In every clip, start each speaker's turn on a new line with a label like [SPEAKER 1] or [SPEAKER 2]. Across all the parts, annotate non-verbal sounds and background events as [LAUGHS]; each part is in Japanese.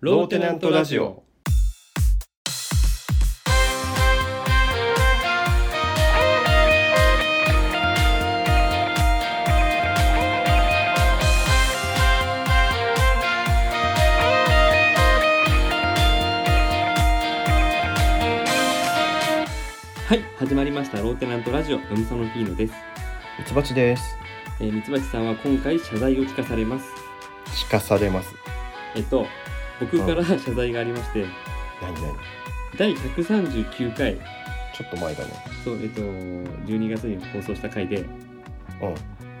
[SPEAKER 1] ローテナントラジオ。
[SPEAKER 2] はい始まりましたローテナントラジオのみそのピーノです、
[SPEAKER 1] ミツバチです。
[SPEAKER 2] えー、三橋さんは今回謝罪を聞かされます
[SPEAKER 1] 聞かされます。
[SPEAKER 2] えっと僕から謝罪がありまして
[SPEAKER 1] 何何
[SPEAKER 2] 第139回
[SPEAKER 1] ちょっと前だね。
[SPEAKER 2] そうえっと12月に放送した回で、
[SPEAKER 1] うん。
[SPEAKER 2] え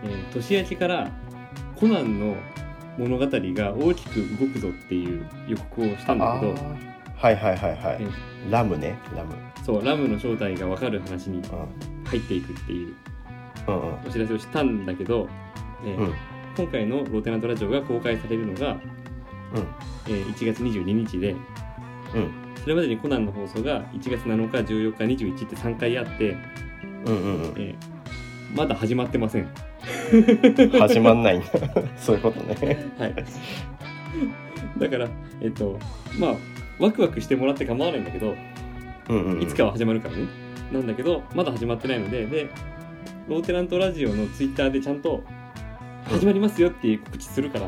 [SPEAKER 2] ー年明けからコナンの物語が大きく動くぞっていう予告をしたんだけど
[SPEAKER 1] ーはいはいはいは
[SPEAKER 2] え
[SPEAKER 1] い。ラムね、ラム。
[SPEAKER 2] そうラムの正体が分かる話に
[SPEAKER 1] う
[SPEAKER 2] 入っていくっていう
[SPEAKER 1] うんうん
[SPEAKER 2] お知らせをしたんだけど、えー
[SPEAKER 1] うん
[SPEAKER 2] 今回のローテナントラジオが公開されるのが、えー1月22日で
[SPEAKER 1] うん
[SPEAKER 2] それまでにコナンの放送が1月7日14日21って3回あって、
[SPEAKER 1] うんうん
[SPEAKER 2] えーまだ始まってません、
[SPEAKER 1] うん。始まんない [LAUGHS] んだ。そういうことね。
[SPEAKER 2] はい、 [LAUGHS] だからえっ、とまあワクワクしてもらって構わないんだけど
[SPEAKER 1] うんうんうん。
[SPEAKER 2] いつかは始まるからね、なんだけどまだ始まってないのででローテナントラジオのツイッターでちゃんと始まりますよっていう告知するから、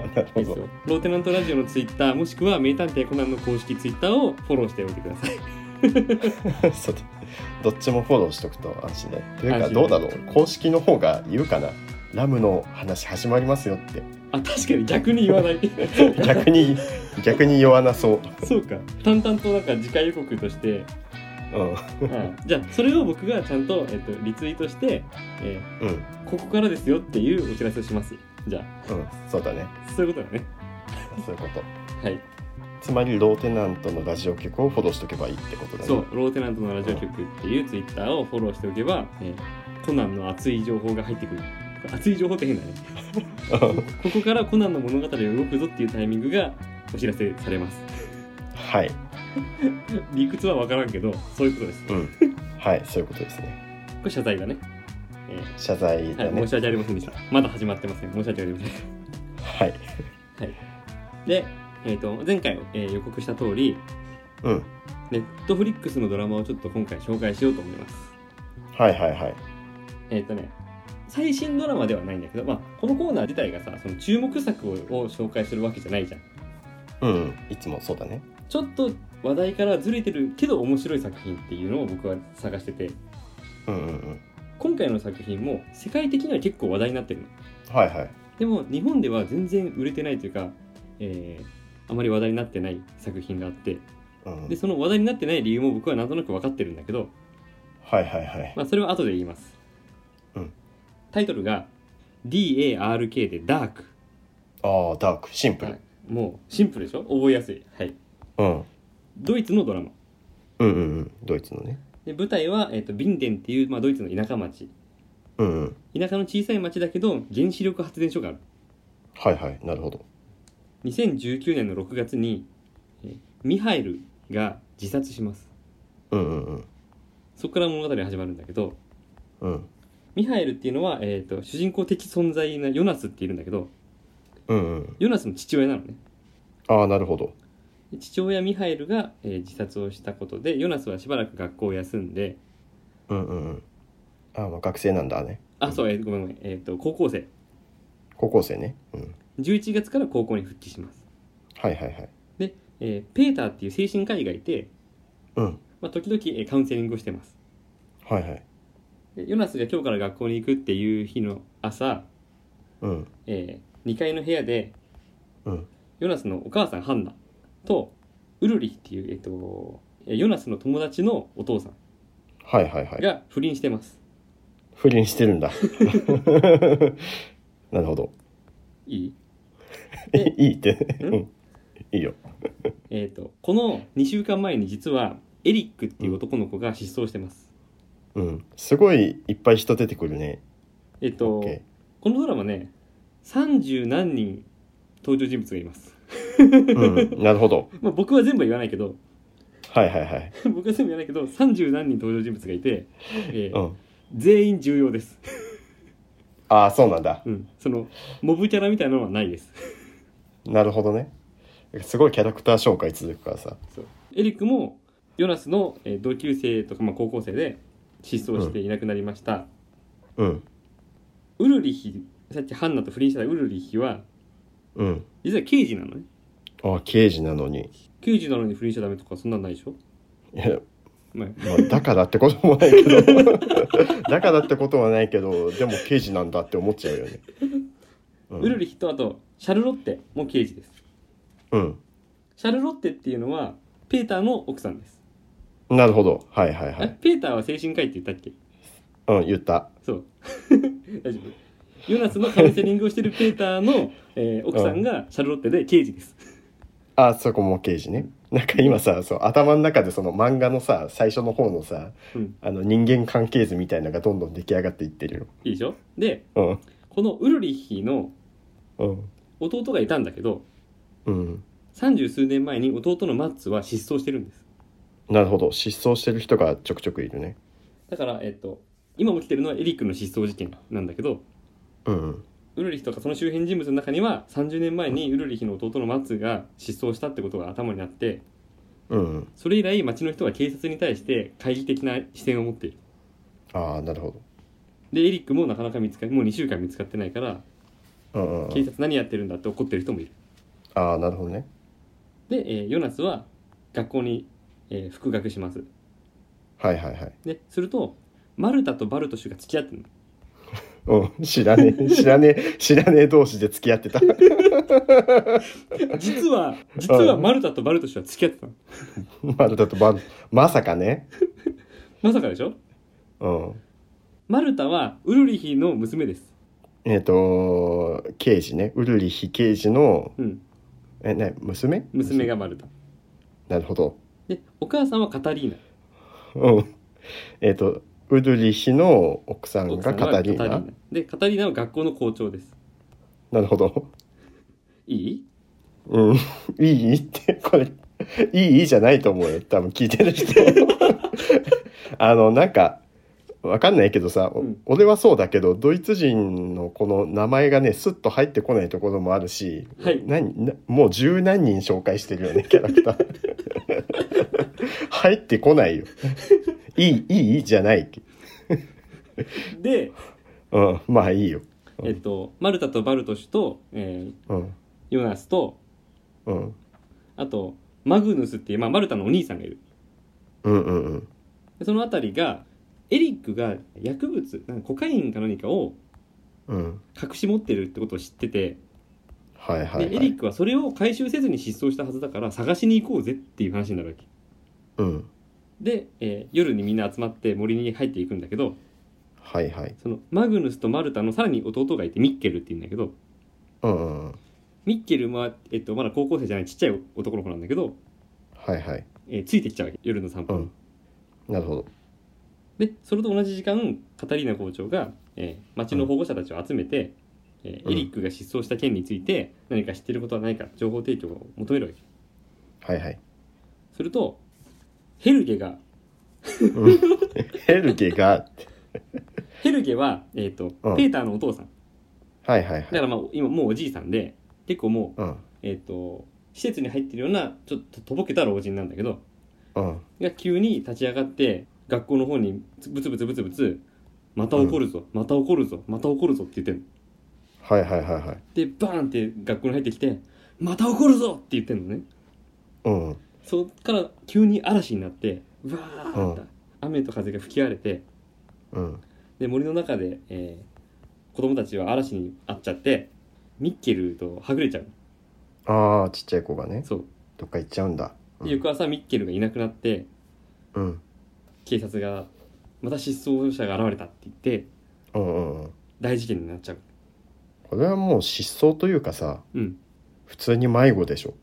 [SPEAKER 1] なるほ
[SPEAKER 2] です
[SPEAKER 1] ど。
[SPEAKER 2] よローテナントラジオのツイッターもしくは名探偵コナンの公式ツイッターをフォローしておいてください
[SPEAKER 1] そうだどっちもフォローしとくと安心ね。というか
[SPEAKER 2] 安心
[SPEAKER 1] どうだろう。公式の方が言うかな。ラムの話始まりますよって。
[SPEAKER 2] あ確かに逆に言わない
[SPEAKER 1] [LAUGHS] 逆に逆に弱なそう。
[SPEAKER 2] そうか淡々となんか次回予告と [LAUGHS] して、
[SPEAKER 1] うん
[SPEAKER 2] うんじゃあそれを僕がちゃんと、えっと、リツイートして、え
[SPEAKER 1] うん
[SPEAKER 2] ーここからですよっていうお知らせをしますじゃ
[SPEAKER 1] うん。そうだね。
[SPEAKER 2] あそういうことだね
[SPEAKER 1] そういうこと。
[SPEAKER 2] はい
[SPEAKER 1] つまりローテナントのラジオ局をフォローしとけばいいってことだね。
[SPEAKER 2] そうローテナントのラジオ局っていうツイッターをフォローしておけば、えーコナンの熱い情報が入ってくる熱い情報って変だねここからコナンの物語が動くぞっていうタイミングがお知らせされます
[SPEAKER 1] [LAUGHS] はい、
[SPEAKER 2] 理屈は分からんけどそういうことですこ
[SPEAKER 1] うん、はい、そういうことですね。
[SPEAKER 2] れ謝罪だね、え
[SPEAKER 1] 謝罪
[SPEAKER 2] ーは
[SPEAKER 1] だ
[SPEAKER 2] い、
[SPEAKER 1] ね。
[SPEAKER 2] 申し訳ありませんでしたまだ始まってません申し訳ありません
[SPEAKER 1] はい、
[SPEAKER 2] で、えー、と前回、えー予告した通り
[SPEAKER 1] うん、
[SPEAKER 2] ネットフリックスのドラマをちょっと今回紹介しようと思います
[SPEAKER 1] はいはいはい、
[SPEAKER 2] えっ、とね最新ドラマではないんだけど、まあ、このコーナー自体がさその注目作をを紹介するわけじゃないじゃん
[SPEAKER 1] うん、いつもそうだね。
[SPEAKER 2] ちょっと話題からずれてるけど面白い作品っていうのを僕は探してて
[SPEAKER 1] うんうんうん、
[SPEAKER 2] 今回の作品も世界的には結構話題になってるの
[SPEAKER 1] はいはい、
[SPEAKER 2] でも日本では全然売れてないというか、えーあまり話題になってない作品があって
[SPEAKER 1] うん、
[SPEAKER 2] でその話題になってない理由も僕はなんとなく分かってるんだけど、
[SPEAKER 1] はいはいはい、
[SPEAKER 2] まあ、それは後で言います、
[SPEAKER 1] うん
[SPEAKER 2] タイトルが DARK でダーク
[SPEAKER 1] ああ、ダーク、シンプル、
[SPEAKER 2] はいもうシンプルでしょ覚えやすい、はい、
[SPEAKER 1] うん、
[SPEAKER 2] ドイツのドラマ
[SPEAKER 1] うんうんうん、ドイツのね、
[SPEAKER 2] で舞台は、えー、とビンデンっていう、まあ、ドイツの田舎町
[SPEAKER 1] うんうん、
[SPEAKER 2] 田舎の小さい町だけど原子力発電所がある
[SPEAKER 1] はいはい、なるほど、
[SPEAKER 2] 2019年の6月に、えーミハイルが自殺します
[SPEAKER 1] うんうんうん、
[SPEAKER 2] そこから物語が始まるんだけど
[SPEAKER 1] うん、
[SPEAKER 2] ミハエルっていうのは、えー、と主人公的存在なヨナスっているんだけど
[SPEAKER 1] うんうん、
[SPEAKER 2] ヨナスの父親なのね
[SPEAKER 1] ああ、なるほど、
[SPEAKER 2] で父親ミハエルが、えー自殺をしたことでヨナスはしばらく学校を休んで
[SPEAKER 1] うんうんうん、ああ、まあ学生なんだね、
[SPEAKER 2] あそう、えーごめんごめん、えー、と高校生
[SPEAKER 1] 高校生ね、うん、
[SPEAKER 2] 11月から高校に復帰します、
[SPEAKER 1] はいはいはい、
[SPEAKER 2] えーペーターっていう精神科医がいて、
[SPEAKER 1] うん、
[SPEAKER 2] まあ、時々、えーカウンセリングをしてます
[SPEAKER 1] はいはい、
[SPEAKER 2] でヨナスが今日から学校に行くっていう日の朝、
[SPEAKER 1] うん、
[SPEAKER 2] え2階の部屋で
[SPEAKER 1] うん、
[SPEAKER 2] ヨナスのお母さんハンナとウルリヒっていう、えっと、えーヨナスの友達のお父さん
[SPEAKER 1] はいはいはい。
[SPEAKER 2] が不倫してます、
[SPEAKER 1] 不倫してるんだ。 [LAUGHS] なるほど。
[SPEAKER 2] い、い
[SPEAKER 1] いいいいって。
[SPEAKER 2] う
[SPEAKER 1] うんん。いいよ。
[SPEAKER 2] えっ、とこの2週間前に実はエリックっていう男の子が失踪してます、
[SPEAKER 1] うん。すごいいっぱい人出てくるね。
[SPEAKER 2] えっ、と、
[SPEAKER 1] オッケ
[SPEAKER 2] このドラマね30何人登場人物がいます、
[SPEAKER 1] ー。うん。なるほど。
[SPEAKER 2] まあ、僕は全部は言わないけど [LAUGHS]
[SPEAKER 1] はいはいはい。
[SPEAKER 2] 僕は全部言わないけど30何人登場人物がいて、えー
[SPEAKER 1] うん。
[SPEAKER 2] 全員重要です、
[SPEAKER 1] ああ、そうなんだ。
[SPEAKER 2] うん、そのモブキャラみたいなのはないです
[SPEAKER 1] なるほどね。なんかすごいキャラクター紹介続くからさ
[SPEAKER 2] そうエリックもヨナスの、えー同級生とか、まあ、高校生で失踪していなくなりました、
[SPEAKER 1] うん
[SPEAKER 2] ウルリヒさっきハンナと不倫してたウルリヒは
[SPEAKER 1] うん
[SPEAKER 2] 実は刑事なのね
[SPEAKER 1] あ刑事なのに
[SPEAKER 2] 刑事なのに不倫しちゃダメとかそんなんないでしょ、
[SPEAKER 1] いや、
[SPEAKER 2] まあ
[SPEAKER 1] まあ、だからってこともないけ [LAUGHS] どだからってことはないけどでも刑事なんだって思っちゃうよね、うん、
[SPEAKER 2] ウルリヒとあとシャルロッテも刑事です
[SPEAKER 1] うん
[SPEAKER 2] シャルロッテっていうのはペーターの奥さんです、
[SPEAKER 1] なるほどはいはいは
[SPEAKER 2] あ
[SPEAKER 1] い
[SPEAKER 2] ペーターは精神科医って言ったっけ
[SPEAKER 1] うん言った
[SPEAKER 2] そう [LAUGHS] 大丈夫ヨナスのカウンセリングをしてるペーターの、えー奥さんがシャルロッテで刑事です
[SPEAKER 1] あそこも刑事ねなんか今さそう頭の中でその漫画のさ最初の方のさ
[SPEAKER 2] うん
[SPEAKER 1] あの人間関係図みたいなのがどんどん出来上がっていってる
[SPEAKER 2] いいでしょで
[SPEAKER 1] よ
[SPEAKER 2] このウルリヒの
[SPEAKER 1] うんうん
[SPEAKER 2] 弟がいたんだけど
[SPEAKER 1] うん
[SPEAKER 2] 三十数年前に弟のマッツは失踪してるんです
[SPEAKER 1] なるほど失踪してる人がちょくちょくいるね
[SPEAKER 2] だからえっと今起きてるのはエリックの失踪事件なんだけど
[SPEAKER 1] うん
[SPEAKER 2] ウルリヒとかその周辺人物の中には30年前にウルリヒの弟のマッツが失踪したってことが頭にあって
[SPEAKER 1] うん
[SPEAKER 2] それ以来町の人は警察に対して懐疑的な視線を持っている
[SPEAKER 1] ああなるほ
[SPEAKER 2] でエリックもなかなか見つかもう2週間見つかってないから
[SPEAKER 1] どうんう
[SPEAKER 2] 警
[SPEAKER 1] ん
[SPEAKER 2] 察何やってるんだって怒ってる人もいる
[SPEAKER 1] ああなるほどね
[SPEAKER 2] で、えーヨナスは学校に、えー復学します
[SPEAKER 1] はいはいはい
[SPEAKER 2] でするとマルタとバルトシュが付き合ってるの
[SPEAKER 1] うん知
[SPEAKER 2] [LAUGHS]
[SPEAKER 1] らねえ知らねえ知らねえ同士で付き合ってた [LAUGHS]
[SPEAKER 2] 実は実はマルタとバルトシュは付き合ってたの
[SPEAKER 1] まだだとばまさかね
[SPEAKER 2] まさかでしょ
[SPEAKER 1] うん
[SPEAKER 2] マルタはウルリヒの娘です
[SPEAKER 1] えっ、と刑事ねウルリヒ刑事の
[SPEAKER 2] うん
[SPEAKER 1] えな娘
[SPEAKER 2] 娘がマルタ
[SPEAKER 1] なるほど
[SPEAKER 2] でお母さんはカタリーナ
[SPEAKER 1] うんえっ、とウルリヒの奥さん
[SPEAKER 2] 奥さ
[SPEAKER 1] が
[SPEAKER 2] んは
[SPEAKER 1] カタリーナ
[SPEAKER 2] でカタリーナは学校の校長です
[SPEAKER 1] なるほど
[SPEAKER 2] いい
[SPEAKER 1] うんいいってこれいいいいじゃないと思うよ多分聞いて
[SPEAKER 2] [LAUGHS]
[SPEAKER 1] る人あのなんかわかんないけどさ、お
[SPEAKER 2] うん
[SPEAKER 1] 俺はそうだけどドイツ人のこの名前がねスッと入ってこないところもあるし、
[SPEAKER 2] はい
[SPEAKER 1] 何なもう十何人紹介してるよねキャラク
[SPEAKER 2] [LAUGHS]
[SPEAKER 1] ター入ってこないよいいいいいいじゃない
[SPEAKER 2] で
[SPEAKER 1] うんまあいいようん
[SPEAKER 2] えっとマルタとバルトシュと、えー
[SPEAKER 1] うん
[SPEAKER 2] ヨナスと
[SPEAKER 1] うん
[SPEAKER 2] あとマグヌスっていう、まあ、マルタのお兄さんがいる
[SPEAKER 1] うんうんうん
[SPEAKER 2] でその辺りがエリックが薬物なんかコカインか何かを
[SPEAKER 1] うん
[SPEAKER 2] 隠し持ってるってことを知ってて、
[SPEAKER 1] はいはい、
[SPEAKER 2] でエ
[SPEAKER 1] は
[SPEAKER 2] リ
[SPEAKER 1] い
[SPEAKER 2] ックはそれを回収せずに失踪したはずだから探しに行こうぜっていう話になるわけ
[SPEAKER 1] うん、
[SPEAKER 2] で、えー夜にみんな集まって森に入っていくんだけど
[SPEAKER 1] はいはい
[SPEAKER 2] そのマグヌスとマルタのさらに弟がいてミッケルっていうんだけど
[SPEAKER 1] うんうんうん
[SPEAKER 2] ミッケルは、えっと、まだ高校生じゃないちっちゃい男の子なんだけど、
[SPEAKER 1] はいはい
[SPEAKER 2] えーついてきちゃうわけ夜の散歩、
[SPEAKER 1] うんなるほど
[SPEAKER 2] でそれと同じ時間カタリーナ校長が、えー町の保護者たちを集めて、えー
[SPEAKER 1] うん
[SPEAKER 2] エリックが失踪した件について何か知ってることはないか情報提供を求めるわけ
[SPEAKER 1] はいはい
[SPEAKER 2] するとヘルゲが
[SPEAKER 1] ヘルゲが
[SPEAKER 2] ヘルゲは、えーと
[SPEAKER 1] うん
[SPEAKER 2] ペーターのお父さん
[SPEAKER 1] はいは
[SPEAKER 2] だ
[SPEAKER 1] いは
[SPEAKER 2] か
[SPEAKER 1] い
[SPEAKER 2] ら、まあ、今もうおじいさんで結構もう、
[SPEAKER 1] うん
[SPEAKER 2] えー、と施設に入ってるようなちょっととぼけた老人なんだけど
[SPEAKER 1] うん
[SPEAKER 2] が急に立ち上がって学校の方にブツブツブツブツ「また怒るぞ、また怒るぞまた怒るぞ」って言ってんの。
[SPEAKER 1] はいはいはいはい
[SPEAKER 2] でバーンって学校に入ってきて「また怒るぞ!」って言ってんのね
[SPEAKER 1] うん
[SPEAKER 2] そっから急に嵐になってうわーって、
[SPEAKER 1] う
[SPEAKER 2] 雨と風が吹き荒れて
[SPEAKER 1] うん
[SPEAKER 2] で森の中で、えー子供たちは嵐に遭っちゃってミッケルとはぐれちゃう
[SPEAKER 1] ああちっちゃい子がね
[SPEAKER 2] そう
[SPEAKER 1] どっか行っちゃうんだう
[SPEAKER 2] で
[SPEAKER 1] ん
[SPEAKER 2] 翌朝ミッケルがいなくなって
[SPEAKER 1] うん
[SPEAKER 2] 警察が「また失踪者が現れた」って言って
[SPEAKER 1] うんうんうん
[SPEAKER 2] 大事件になっちゃう
[SPEAKER 1] これはもう失踪というかさ
[SPEAKER 2] うん
[SPEAKER 1] 普通に迷子でしょ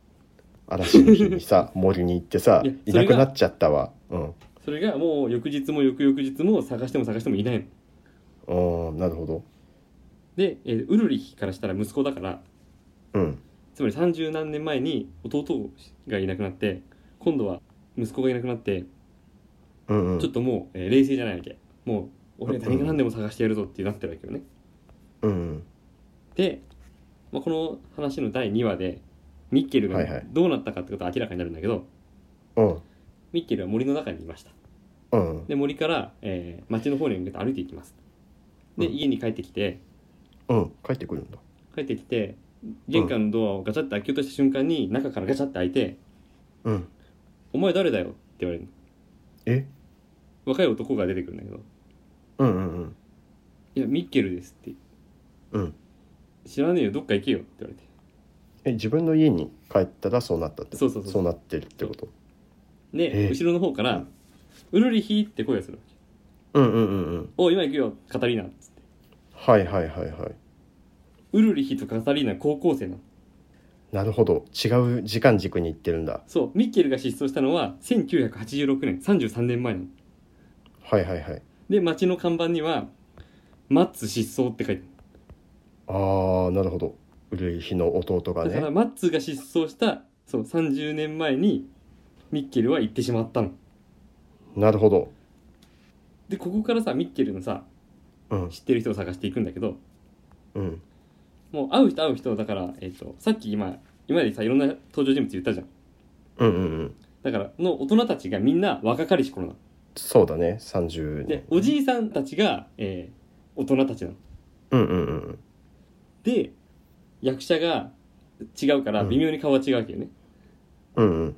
[SPEAKER 1] 嵐の日に [LAUGHS] さ森に行ってさ
[SPEAKER 2] いや
[SPEAKER 1] い
[SPEAKER 2] そ
[SPEAKER 1] な
[SPEAKER 2] れ
[SPEAKER 1] く
[SPEAKER 2] が
[SPEAKER 1] なっちゃったわうん
[SPEAKER 2] それがもう翌日も翌々日も探しても探してもいないの
[SPEAKER 1] うんなるほど
[SPEAKER 2] で、えーウルリヒからしたら息子だから
[SPEAKER 1] うん
[SPEAKER 2] つまり三十何年前に弟がいなくなって今度は息子がいなくなって
[SPEAKER 1] うんうん
[SPEAKER 2] ちょっともう、えー冷静じゃないわけもう俺は何が何でも探してやるぞってなってるわけよね
[SPEAKER 1] うん
[SPEAKER 2] で、まあ、この話の第2話でミッケルが
[SPEAKER 1] はいはい
[SPEAKER 2] どうなったかってことは明らかになるんだけど、
[SPEAKER 1] うん
[SPEAKER 2] ミッケルは森の中にいました
[SPEAKER 1] うん
[SPEAKER 2] で森から、えー町の方に向けて歩いていきますで
[SPEAKER 1] うん
[SPEAKER 2] 家に帰ってきて
[SPEAKER 1] うん帰ってくるんだ
[SPEAKER 2] 帰ってきて玄関のドアをガチャって開けようとした瞬間に中からガチャって開いて
[SPEAKER 1] うん
[SPEAKER 2] 「お前誰だよ」って言われるの
[SPEAKER 1] え
[SPEAKER 2] 若い男が出てくるんだけど
[SPEAKER 1] うんうんうん
[SPEAKER 2] 「いやミッケルです」って
[SPEAKER 1] うん
[SPEAKER 2] 「知らねえよどっか行けよ」って言われて
[SPEAKER 1] え自分の家に帰ったらそうなったってこと
[SPEAKER 2] そうそうそう
[SPEAKER 1] そうなってるってこと
[SPEAKER 2] で
[SPEAKER 1] え
[SPEAKER 2] 後ろの方から
[SPEAKER 1] う
[SPEAKER 2] 「ウルリヒ」って声がするわけ
[SPEAKER 1] うんうんうんうん
[SPEAKER 2] 「おう今行くよカタリーナ」っつって
[SPEAKER 1] はいはいはいはい
[SPEAKER 2] ウルリヒとカタリーナ高校生なの
[SPEAKER 1] なるほど違う時間軸に行ってるんだ
[SPEAKER 2] そうミッケルが失踪したのは1986年33年前なの
[SPEAKER 1] はいはいはい
[SPEAKER 2] で町の看板には「マッツ失踪」って書いて
[SPEAKER 1] あーなるほどウルイヒの弟
[SPEAKER 2] あ
[SPEAKER 1] が
[SPEAKER 2] るだから
[SPEAKER 1] ね
[SPEAKER 2] マッツが失踪したそう30年前にミッケルは行ってしまったの
[SPEAKER 1] なるほど
[SPEAKER 2] でここからさミッケルのさ
[SPEAKER 1] うん
[SPEAKER 2] 知ってる人を探していくんだけど
[SPEAKER 1] うん
[SPEAKER 2] もう会う人会う人だから、えっとさっき今今までさいろんな登場人物言ったじゃん
[SPEAKER 1] うんうんうん
[SPEAKER 2] だからの大人たちがみんな若かりし頃なの
[SPEAKER 1] そうだね30
[SPEAKER 2] で
[SPEAKER 1] 年
[SPEAKER 2] おじいさんたちが、えー大人たちなの
[SPEAKER 1] うんうんうん
[SPEAKER 2] で役者が違うから
[SPEAKER 1] うん
[SPEAKER 2] 微妙に顔は違うわけよね、
[SPEAKER 1] うんうん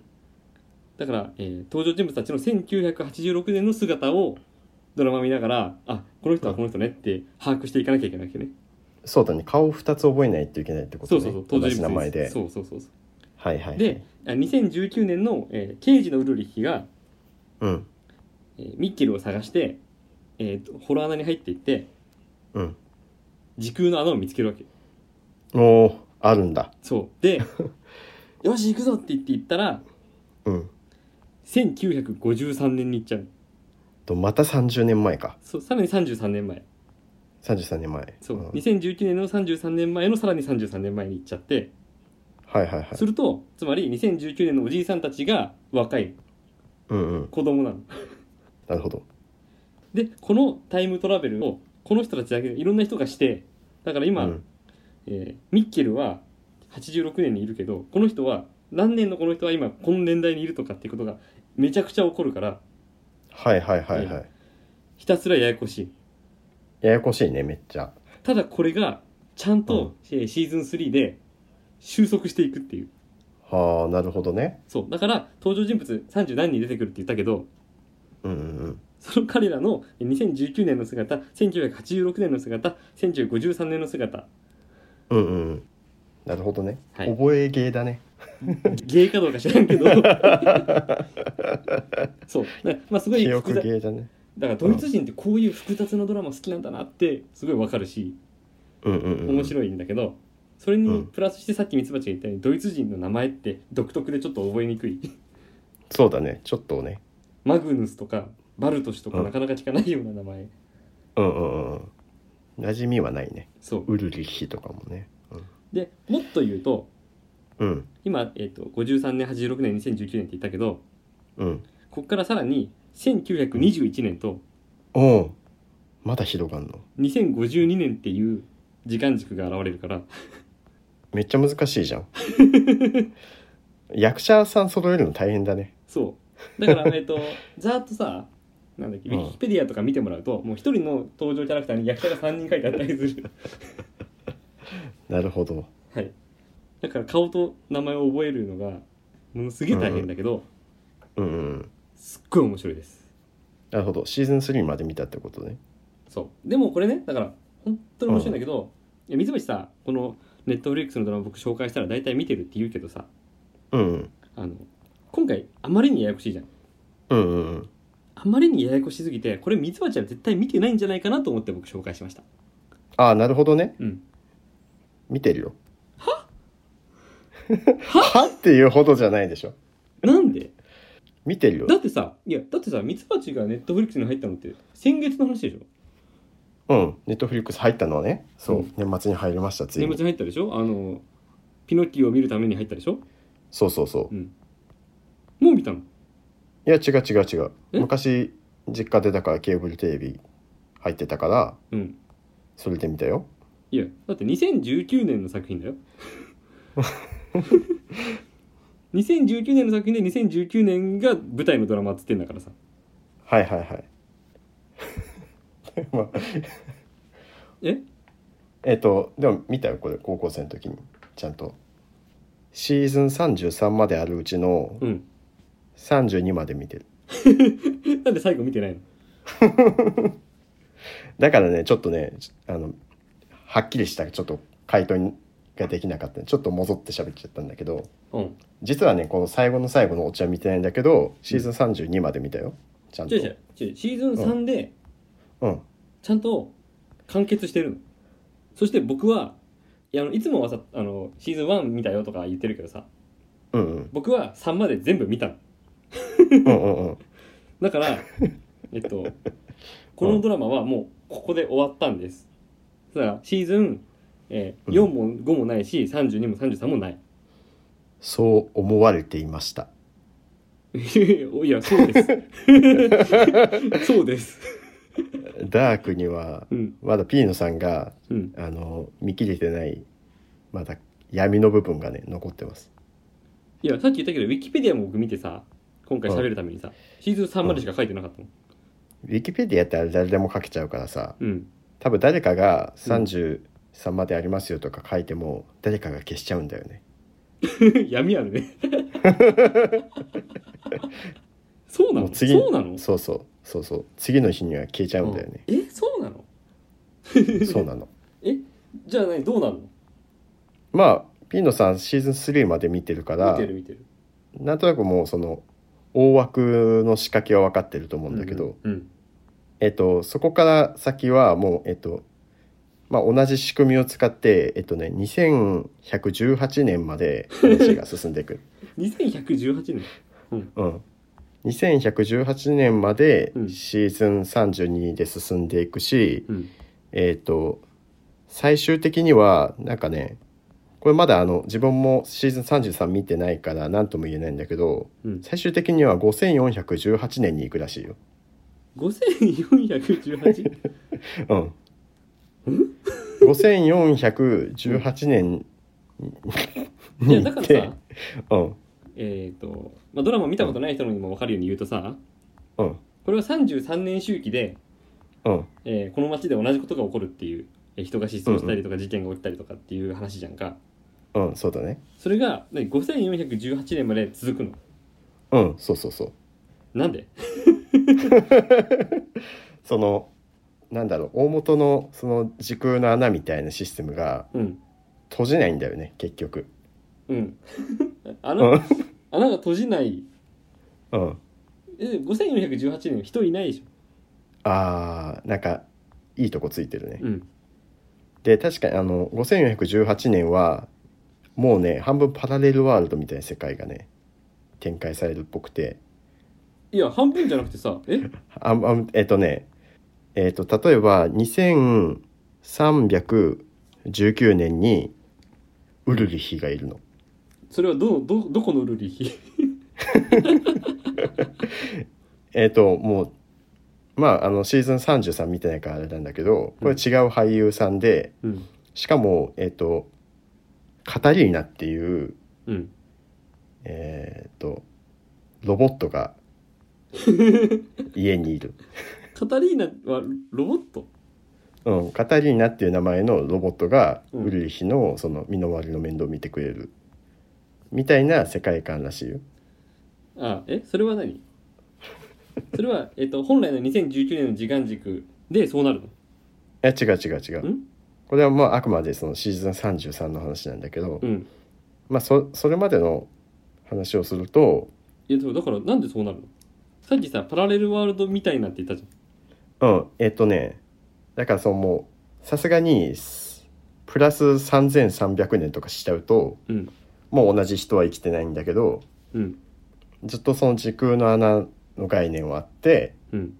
[SPEAKER 2] だから、えー登場人物たちの1986年の姿をドラマ見ながらあこの人はこの人ねって把握していかなきゃいけないわけね
[SPEAKER 1] そうだね顔を2つ覚えないといけないってこ
[SPEAKER 2] そ
[SPEAKER 1] と
[SPEAKER 2] うそ
[SPEAKER 1] ね
[SPEAKER 2] うそう登場
[SPEAKER 1] 同
[SPEAKER 2] 人
[SPEAKER 1] じ
[SPEAKER 2] 物
[SPEAKER 1] 名前で
[SPEAKER 2] そうそうそうそう
[SPEAKER 1] はいはい
[SPEAKER 2] であ2019年の、えー刑事のウルリッヒが、
[SPEAKER 1] うん
[SPEAKER 2] えーミッケルを探して、えーと、ホロ穴に入っていって
[SPEAKER 1] うん
[SPEAKER 2] 時空の穴を見つけるわけ
[SPEAKER 1] おーあるんだ
[SPEAKER 2] そう
[SPEAKER 1] [LAUGHS]
[SPEAKER 2] でよし行くぞって言って行ったら
[SPEAKER 1] うん
[SPEAKER 2] 1953年に行っちゃう
[SPEAKER 1] とまた30年前か
[SPEAKER 2] そうさらに33年前
[SPEAKER 1] 33年前
[SPEAKER 2] そう、
[SPEAKER 1] ん
[SPEAKER 2] 2019年の33年前のさらに33年前に行っちゃって
[SPEAKER 1] はいはいはい
[SPEAKER 2] するとつまり2019年のおじいさんたちが若い
[SPEAKER 1] うんうん
[SPEAKER 2] 子供なの
[SPEAKER 1] なるほど
[SPEAKER 2] でこのタイムトラベルをこの人たちだけでいろんな人がしてだから今、
[SPEAKER 1] うん
[SPEAKER 2] えーミッケルは86年にいるけどこの人は何年のこの人は今この年代にいるとかっていうことがめちゃくちゃ起こるから
[SPEAKER 1] はいはいはいはい
[SPEAKER 2] ひたすらややこしい
[SPEAKER 1] ややこしいねめっちゃ
[SPEAKER 2] ただこれがちゃんと、
[SPEAKER 1] うん
[SPEAKER 2] えーシーズン3で収束していくっていう
[SPEAKER 1] はあなるほどね
[SPEAKER 2] そうだから登場人物30何人出てくるって言ったけど
[SPEAKER 1] うんうんうん
[SPEAKER 2] その彼らのえー2019年の姿1986年の姿1953年の姿
[SPEAKER 1] うんうんうんなるほどね、
[SPEAKER 2] はい
[SPEAKER 1] 覚え芸だね
[SPEAKER 2] 芸かどうか知らん
[SPEAKER 1] [LAUGHS]
[SPEAKER 2] けどそうだまあすごい
[SPEAKER 1] 記
[SPEAKER 2] 複
[SPEAKER 1] 憶
[SPEAKER 2] 雑
[SPEAKER 1] 芸だね
[SPEAKER 2] だからドイツ人ってこういう複雑なドラマ好きなんだなってすごいわかるし
[SPEAKER 1] うんうん、うん、
[SPEAKER 2] 面
[SPEAKER 1] い
[SPEAKER 2] 白いんだけどそれに
[SPEAKER 1] うん
[SPEAKER 2] プラスしてさっきミツバチが言ったようにドイツ人の名前って独特でちょっと覚えにくい [LAUGHS]
[SPEAKER 1] そうだねちょっとね
[SPEAKER 2] マグヌスとかバルトシュとか
[SPEAKER 1] うん
[SPEAKER 2] なかなか聞かないような名前、
[SPEAKER 1] うんうんうん馴染みはないね
[SPEAKER 2] そう
[SPEAKER 1] ウルリヒとかもね
[SPEAKER 2] でもっと言うと
[SPEAKER 1] うん
[SPEAKER 2] 今、えっと53年86年2019年って言ったけど
[SPEAKER 1] うん
[SPEAKER 2] こっからさらに1921年と
[SPEAKER 1] おうまだ広がんの
[SPEAKER 2] 2052年っていう時間軸が現れるから
[SPEAKER 1] めっちゃ難しいじゃ
[SPEAKER 2] [LAUGHS]
[SPEAKER 1] ん役者さん揃えるの大変だね
[SPEAKER 2] そうだから
[SPEAKER 1] [LAUGHS]
[SPEAKER 2] えっとざーっとさなんだっけウ
[SPEAKER 1] うん
[SPEAKER 2] ィキペディアとか見てもらうともう一人の登場キャラクターに役者が3人書いてあったりす
[SPEAKER 1] [LAUGHS]
[SPEAKER 2] る
[SPEAKER 1] なるほど
[SPEAKER 2] はいだから顔と名前を覚えるのがものすげえ大変だけど、
[SPEAKER 1] うんうん
[SPEAKER 2] すっごい面白いです
[SPEAKER 1] なるほどシーズン3まで見たってことね
[SPEAKER 2] そうでもこれねだから本当に面白いんだけど、いや水橋さこのネットフリックスのドラマ僕紹介したら大体見てるって言うけどさ
[SPEAKER 1] うんうん
[SPEAKER 2] あの今回あまりにややこしいじゃん
[SPEAKER 1] うんうんうん
[SPEAKER 2] あまりにややこしすぎてこれ水橋は絶対見てないんじゃないかなと思って僕紹介しました
[SPEAKER 1] ああなるほどね
[SPEAKER 2] うん
[SPEAKER 1] 見てるよ [LAUGHS] ははっていうほどじゃないでしょ
[SPEAKER 2] なんで
[SPEAKER 1] 見てるよ
[SPEAKER 2] だってさいやだってさミツバチがネットフリックスに入ったのって先月の話でしょ
[SPEAKER 1] うんネットフリックス入ったのはねそう、
[SPEAKER 2] うん
[SPEAKER 1] 年末に入りましたつい
[SPEAKER 2] 年末
[SPEAKER 1] に
[SPEAKER 2] に入ったでしょあのピノッキーを見るために入ったでしょ
[SPEAKER 1] そうそうそう
[SPEAKER 2] うんもう見たの
[SPEAKER 1] いや違う違う違う
[SPEAKER 2] え
[SPEAKER 1] 昔実家でだからケーブルテレビ入ってたから
[SPEAKER 2] うん
[SPEAKER 1] それで見たよ
[SPEAKER 2] いやだって2019年の作品だよ2019年の作品で2019年が舞台のドラマっつってんだからさ
[SPEAKER 1] はいはいはい。まあ、
[SPEAKER 2] え
[SPEAKER 1] えっと、でも見たよ、これ、高校生の時に。ちゃんと。シーズン33まであるうちの
[SPEAKER 2] うん
[SPEAKER 1] 32まで見てる。
[SPEAKER 2] なんで最後見てないの
[SPEAKER 1] だからね、ちょっとね、ちあの、はっきりした、ちょっと回答ができなかった。ちょっともぞって喋っちゃったんだけど、
[SPEAKER 2] うん
[SPEAKER 1] 実はね、この最後の最後のお茶見てないんだけど、シーズン32まで見たよ。ちゃん
[SPEAKER 2] 違う。
[SPEAKER 1] と
[SPEAKER 2] 違う違うシーズン3で
[SPEAKER 1] うん。
[SPEAKER 2] ちゃんと完結してるのそして僕はいやあのいつもはさあのシーズン1見たよとか言ってるけどさ
[SPEAKER 1] うんうん。
[SPEAKER 2] 僕は3まで全部見たの
[SPEAKER 1] うんうんうん。 [LAUGHS]
[SPEAKER 2] だからえっとこのドラマはもうここで終わったんですだからシーズン、えー
[SPEAKER 1] うん
[SPEAKER 2] 4も5もないし32も33もない [LAUGHS]
[SPEAKER 1] そう思われていました。
[SPEAKER 2] いやそう
[SPEAKER 1] [LAUGHS]
[SPEAKER 2] ですそうです
[SPEAKER 1] ダークには、
[SPEAKER 2] うん
[SPEAKER 1] まだピーノさんが
[SPEAKER 2] うん
[SPEAKER 1] あの見切れてないまだ闇の部分がね残ってます
[SPEAKER 2] いやさっき言ったけどウィキペディアも僕見てさ今回喋るためにさ、シーズン3までしか書いてなかったもん
[SPEAKER 1] ウィキペディアってあれ誰でも書けちゃうからさ
[SPEAKER 2] うん
[SPEAKER 1] 多分誰かが33までありますよとか書いても誰かが消しちゃうんだよね
[SPEAKER 2] [LAUGHS] 闇ある
[SPEAKER 1] [LAUGHS]
[SPEAKER 2] ねそうなの
[SPEAKER 1] もう次
[SPEAKER 2] そうなの
[SPEAKER 1] そうそうそうそう次の日には消えちゃうんだよね、
[SPEAKER 2] えそうなの [LAUGHS]
[SPEAKER 1] そうなの
[SPEAKER 2] じゃあ何どうなの
[SPEAKER 1] まあピーノさんシーズン3まで見てるから
[SPEAKER 2] 見てる見てる
[SPEAKER 1] なんとなくもうその大枠の仕掛けは分かってると思うんだけど、
[SPEAKER 2] うんうん
[SPEAKER 1] えっと、そこから先はもう、えっとまあ、同じ仕組みを使って、えっとね、2118年まで話が進んでいく、
[SPEAKER 2] 2118年
[SPEAKER 1] うん、2118年まで
[SPEAKER 2] うん
[SPEAKER 1] シーズン32で進んでいくし、
[SPEAKER 2] うん
[SPEAKER 1] えっと最終的にはなんかねこれまだあの自分もシーズン33見てないから何とも言えないんだけど
[SPEAKER 2] うん
[SPEAKER 1] 最終的には5418年に行くらしいよ。 [LAUGHS]
[SPEAKER 2] 5418
[SPEAKER 1] うん。5418年
[SPEAKER 2] い
[SPEAKER 1] に
[SPEAKER 2] や
[SPEAKER 1] 行
[SPEAKER 2] だか
[SPEAKER 1] っ
[SPEAKER 2] ら
[SPEAKER 1] て
[SPEAKER 2] さ、
[SPEAKER 1] うん、
[SPEAKER 2] えっ、と、まあ、ドラマ見たことない人にも分かるように言うとさ
[SPEAKER 1] うん、
[SPEAKER 2] これは33年周期で、
[SPEAKER 1] うん、
[SPEAKER 2] えーこの町で同じことが起こるっていう、えー人が失踪したりとか事件が起きたりとかっていう話じゃんか、
[SPEAKER 1] うん、そうだね。
[SPEAKER 2] それが何5418年まで続くの
[SPEAKER 1] うん、そうそうそう。
[SPEAKER 2] なんで
[SPEAKER 1] その、なんだろう、大元のその時空の穴みたいなシステムが
[SPEAKER 2] うん
[SPEAKER 1] 閉じないんだよね、結局。
[SPEAKER 2] うん
[SPEAKER 1] う
[SPEAKER 2] [LAUGHS] 穴,、
[SPEAKER 1] ん、
[SPEAKER 2] 穴が閉じない
[SPEAKER 1] うん。
[SPEAKER 2] え5418年人いないでし
[SPEAKER 1] あー、なんか、いいとこついてるね
[SPEAKER 2] ょ、。うん、
[SPEAKER 1] で、確かにあの、5418年は、もうね、半分パラレルワールドみたいな世界がね、展開されるっぽくて、
[SPEAKER 2] いや半分じゃなくてさえ
[SPEAKER 1] ああえっ、とねえっ、と例えば2319年にウルリヒがいるの。
[SPEAKER 2] それはどのどどこのルリヒ
[SPEAKER 1] えっ、ともうまああのシーズン33見てないからあれなんだけどこれ違う俳優さんで、
[SPEAKER 2] [LAUGHS] うん
[SPEAKER 1] しかもえっ、とカタリーナっていう
[SPEAKER 2] うん
[SPEAKER 1] えっ、とロボット [LAUGHS] が家にいる。
[SPEAKER 2] カタリーナはロボット
[SPEAKER 1] うん、カタリーナっていう名前のロボットがウルリヒのその身の回りの面倒を見てくれるみたいな世界観らしいよ。
[SPEAKER 2] あえそれは何それは、えっと、本来の2019年の時間軸でそうなるの
[SPEAKER 1] いや違う違う違う。
[SPEAKER 2] ん
[SPEAKER 1] これはまああくまでそのシーズン33の話なんだけど、
[SPEAKER 2] うん
[SPEAKER 1] まあそそれまでの話をすると、
[SPEAKER 2] いやそうだからなんでそうなるのさっきさパラレルワールドみたいなって言ったじ
[SPEAKER 1] うん、えっ、とねだからそのもうさすがにすプラス3300年とかしちゃうと
[SPEAKER 2] ゃんうん
[SPEAKER 1] もう同じ人は生きてないんだけど
[SPEAKER 2] うん
[SPEAKER 1] ずっとその時空の穴の概念はあって。
[SPEAKER 2] うん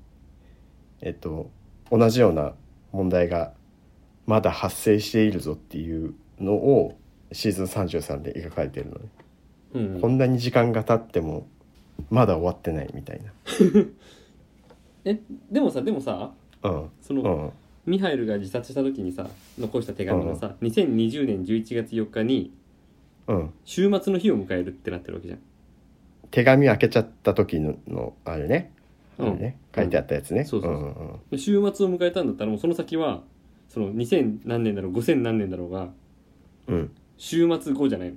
[SPEAKER 1] えっと、同じような問題がまだ発生しているぞっていうのをシーズン33で描かれているのね、
[SPEAKER 2] うん
[SPEAKER 1] こんなに時間が経ってもまだ終わってないみたいな
[SPEAKER 2] でもさでもさ
[SPEAKER 1] うん
[SPEAKER 2] その、
[SPEAKER 1] うん
[SPEAKER 2] ミハイルが自殺した時にさ残した手紙のさ、2020年11月4日に
[SPEAKER 1] うん。
[SPEAKER 2] 週末の日を迎えるってなってるわけじゃん。
[SPEAKER 1] 手紙開けちゃった時ののあれね。あ
[SPEAKER 2] う
[SPEAKER 1] れ
[SPEAKER 2] ん
[SPEAKER 1] ね。書いてあったやつね。
[SPEAKER 2] そうそうそうん
[SPEAKER 1] ん
[SPEAKER 2] で週末を迎えたんだったらもうその先はその2000何年だろう5000何年だろうが
[SPEAKER 1] うん。うん。
[SPEAKER 2] 週末後じゃないの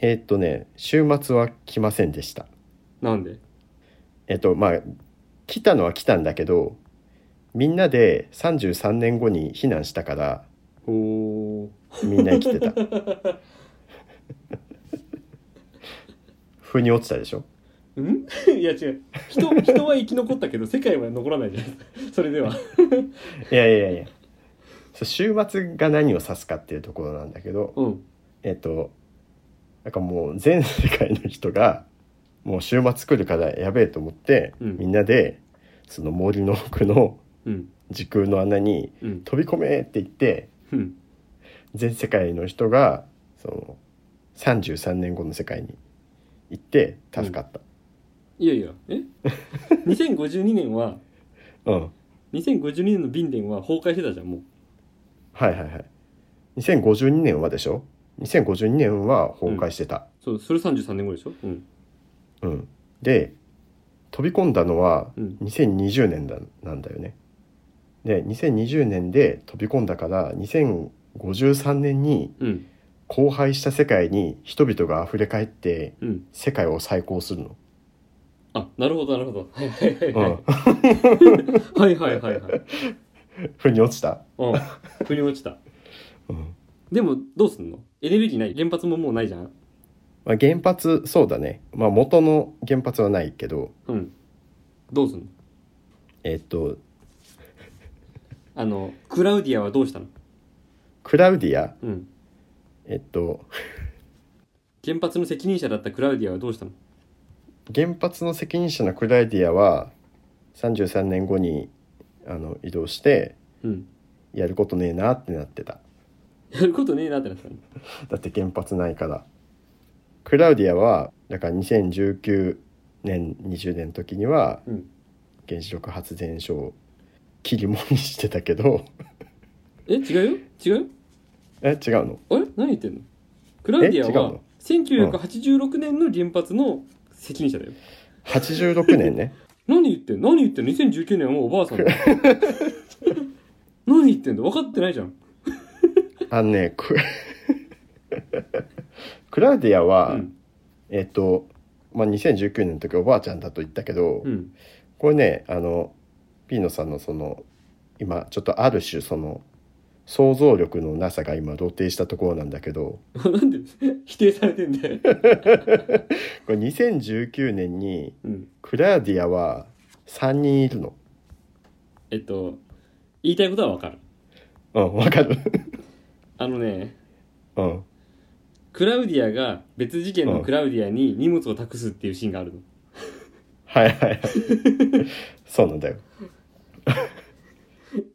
[SPEAKER 1] えーっとね、週末は来ませんでした。
[SPEAKER 2] なんで
[SPEAKER 1] えっと、まあ、来たのは来たんだけど、みんなで33年後に避難したから、
[SPEAKER 2] おー
[SPEAKER 1] みんな生きて
[SPEAKER 2] [LAUGHS]
[SPEAKER 1] た。腑に落ちたでしょ
[SPEAKER 2] ん [LAUGHS] いや違う人人は生き残ったけど世界は残らないじゃん [LAUGHS] それではい
[SPEAKER 1] やいやいや。そう週末が何を指すかっていうところなんだけど、
[SPEAKER 2] うん
[SPEAKER 1] えっと、なんかもう全世界の人が、もう週末来るからやべえと思って、
[SPEAKER 2] うん
[SPEAKER 1] みんなで、その森の奥の
[SPEAKER 2] うん
[SPEAKER 1] 時空の穴に
[SPEAKER 2] うん
[SPEAKER 1] 飛び込めって言って、
[SPEAKER 2] うん
[SPEAKER 1] 全世界の人が、その、33年後の世界に行って助かった。
[SPEAKER 2] いやいや [LAUGHS] え2052年は
[SPEAKER 1] うん。
[SPEAKER 2] 2052年のビンデンは崩壊してたじゃんもう
[SPEAKER 1] はいはいはい。2052年はでしょ ?2052 年は崩壊してた。
[SPEAKER 2] そうそれ33年後でしょうん
[SPEAKER 1] うん。で、飛び込んだのは
[SPEAKER 2] うん
[SPEAKER 1] 2020年だなんだよね。で、2020年で飛び込んだから、2053年に
[SPEAKER 2] うん
[SPEAKER 1] 荒廃した世界に人々が溢れ返って、
[SPEAKER 2] うん
[SPEAKER 1] 世界を再興するの。
[SPEAKER 2] あなるほどなるほどはいはいはいは
[SPEAKER 1] う
[SPEAKER 2] い、
[SPEAKER 1] ん。
[SPEAKER 2] はいはいはいはい
[SPEAKER 1] [LAUGHS] ふに落ちた。
[SPEAKER 2] うん腑に落ちた
[SPEAKER 1] うん。
[SPEAKER 2] でもどうすんのエネルギーない原発ももうないじゃん
[SPEAKER 1] まあ、原発、そうだね。まあ、元の原発はないけど、
[SPEAKER 2] うんどうすんの
[SPEAKER 1] えっと、
[SPEAKER 2] あのクラウディアはどうしたの
[SPEAKER 1] クラウディア、
[SPEAKER 2] うん
[SPEAKER 1] えっと、
[SPEAKER 2] 原発の責任者だったクラウディアはどうしたの
[SPEAKER 1] 原発の責任者のクラウディアは33年後にあの移動して
[SPEAKER 2] うん
[SPEAKER 1] やることねえなってなってた
[SPEAKER 2] やることねえなってなったの
[SPEAKER 1] だって原発ないからクラウディアはだから2019年20年の時には
[SPEAKER 2] うん
[SPEAKER 1] 原子力発電所を切り盛りしてたけど [LAUGHS]
[SPEAKER 2] え違うよ違うよ
[SPEAKER 1] え違うの
[SPEAKER 2] あれ何言ってんのクラウディア
[SPEAKER 1] え違う
[SPEAKER 2] は
[SPEAKER 1] の
[SPEAKER 2] 1986年の原発の責任者だよ、
[SPEAKER 1] 86
[SPEAKER 2] [LAUGHS]
[SPEAKER 1] 年ね
[SPEAKER 2] 何言ってんの何言ってんの2019年はもうおばあさんだよ [LAUGHS] 何言ってんの分かってないじゃん
[SPEAKER 1] あのねク [LAUGHS] クラウディアは、
[SPEAKER 2] うん
[SPEAKER 1] えっと、まあ、2019年の時おばあちゃんだと言ったけど、
[SPEAKER 2] うん [LAUGHS]
[SPEAKER 1] これねあのピーノさんのその今ちょっとある種その想像力のなさが今露呈したところなんだけど
[SPEAKER 2] なんで否定されてんだよ、
[SPEAKER 1] これ2019年に
[SPEAKER 2] うん、
[SPEAKER 1] クラウディアは3人いるの。
[SPEAKER 2] えっと言いたいことは分かる
[SPEAKER 1] うん、わかる。
[SPEAKER 2] あのね
[SPEAKER 1] うん。
[SPEAKER 2] クラウディアが別事件のクラウディアに荷物を託すっていうシーンがあるの
[SPEAKER 1] はいはいはい。そうなんだよ。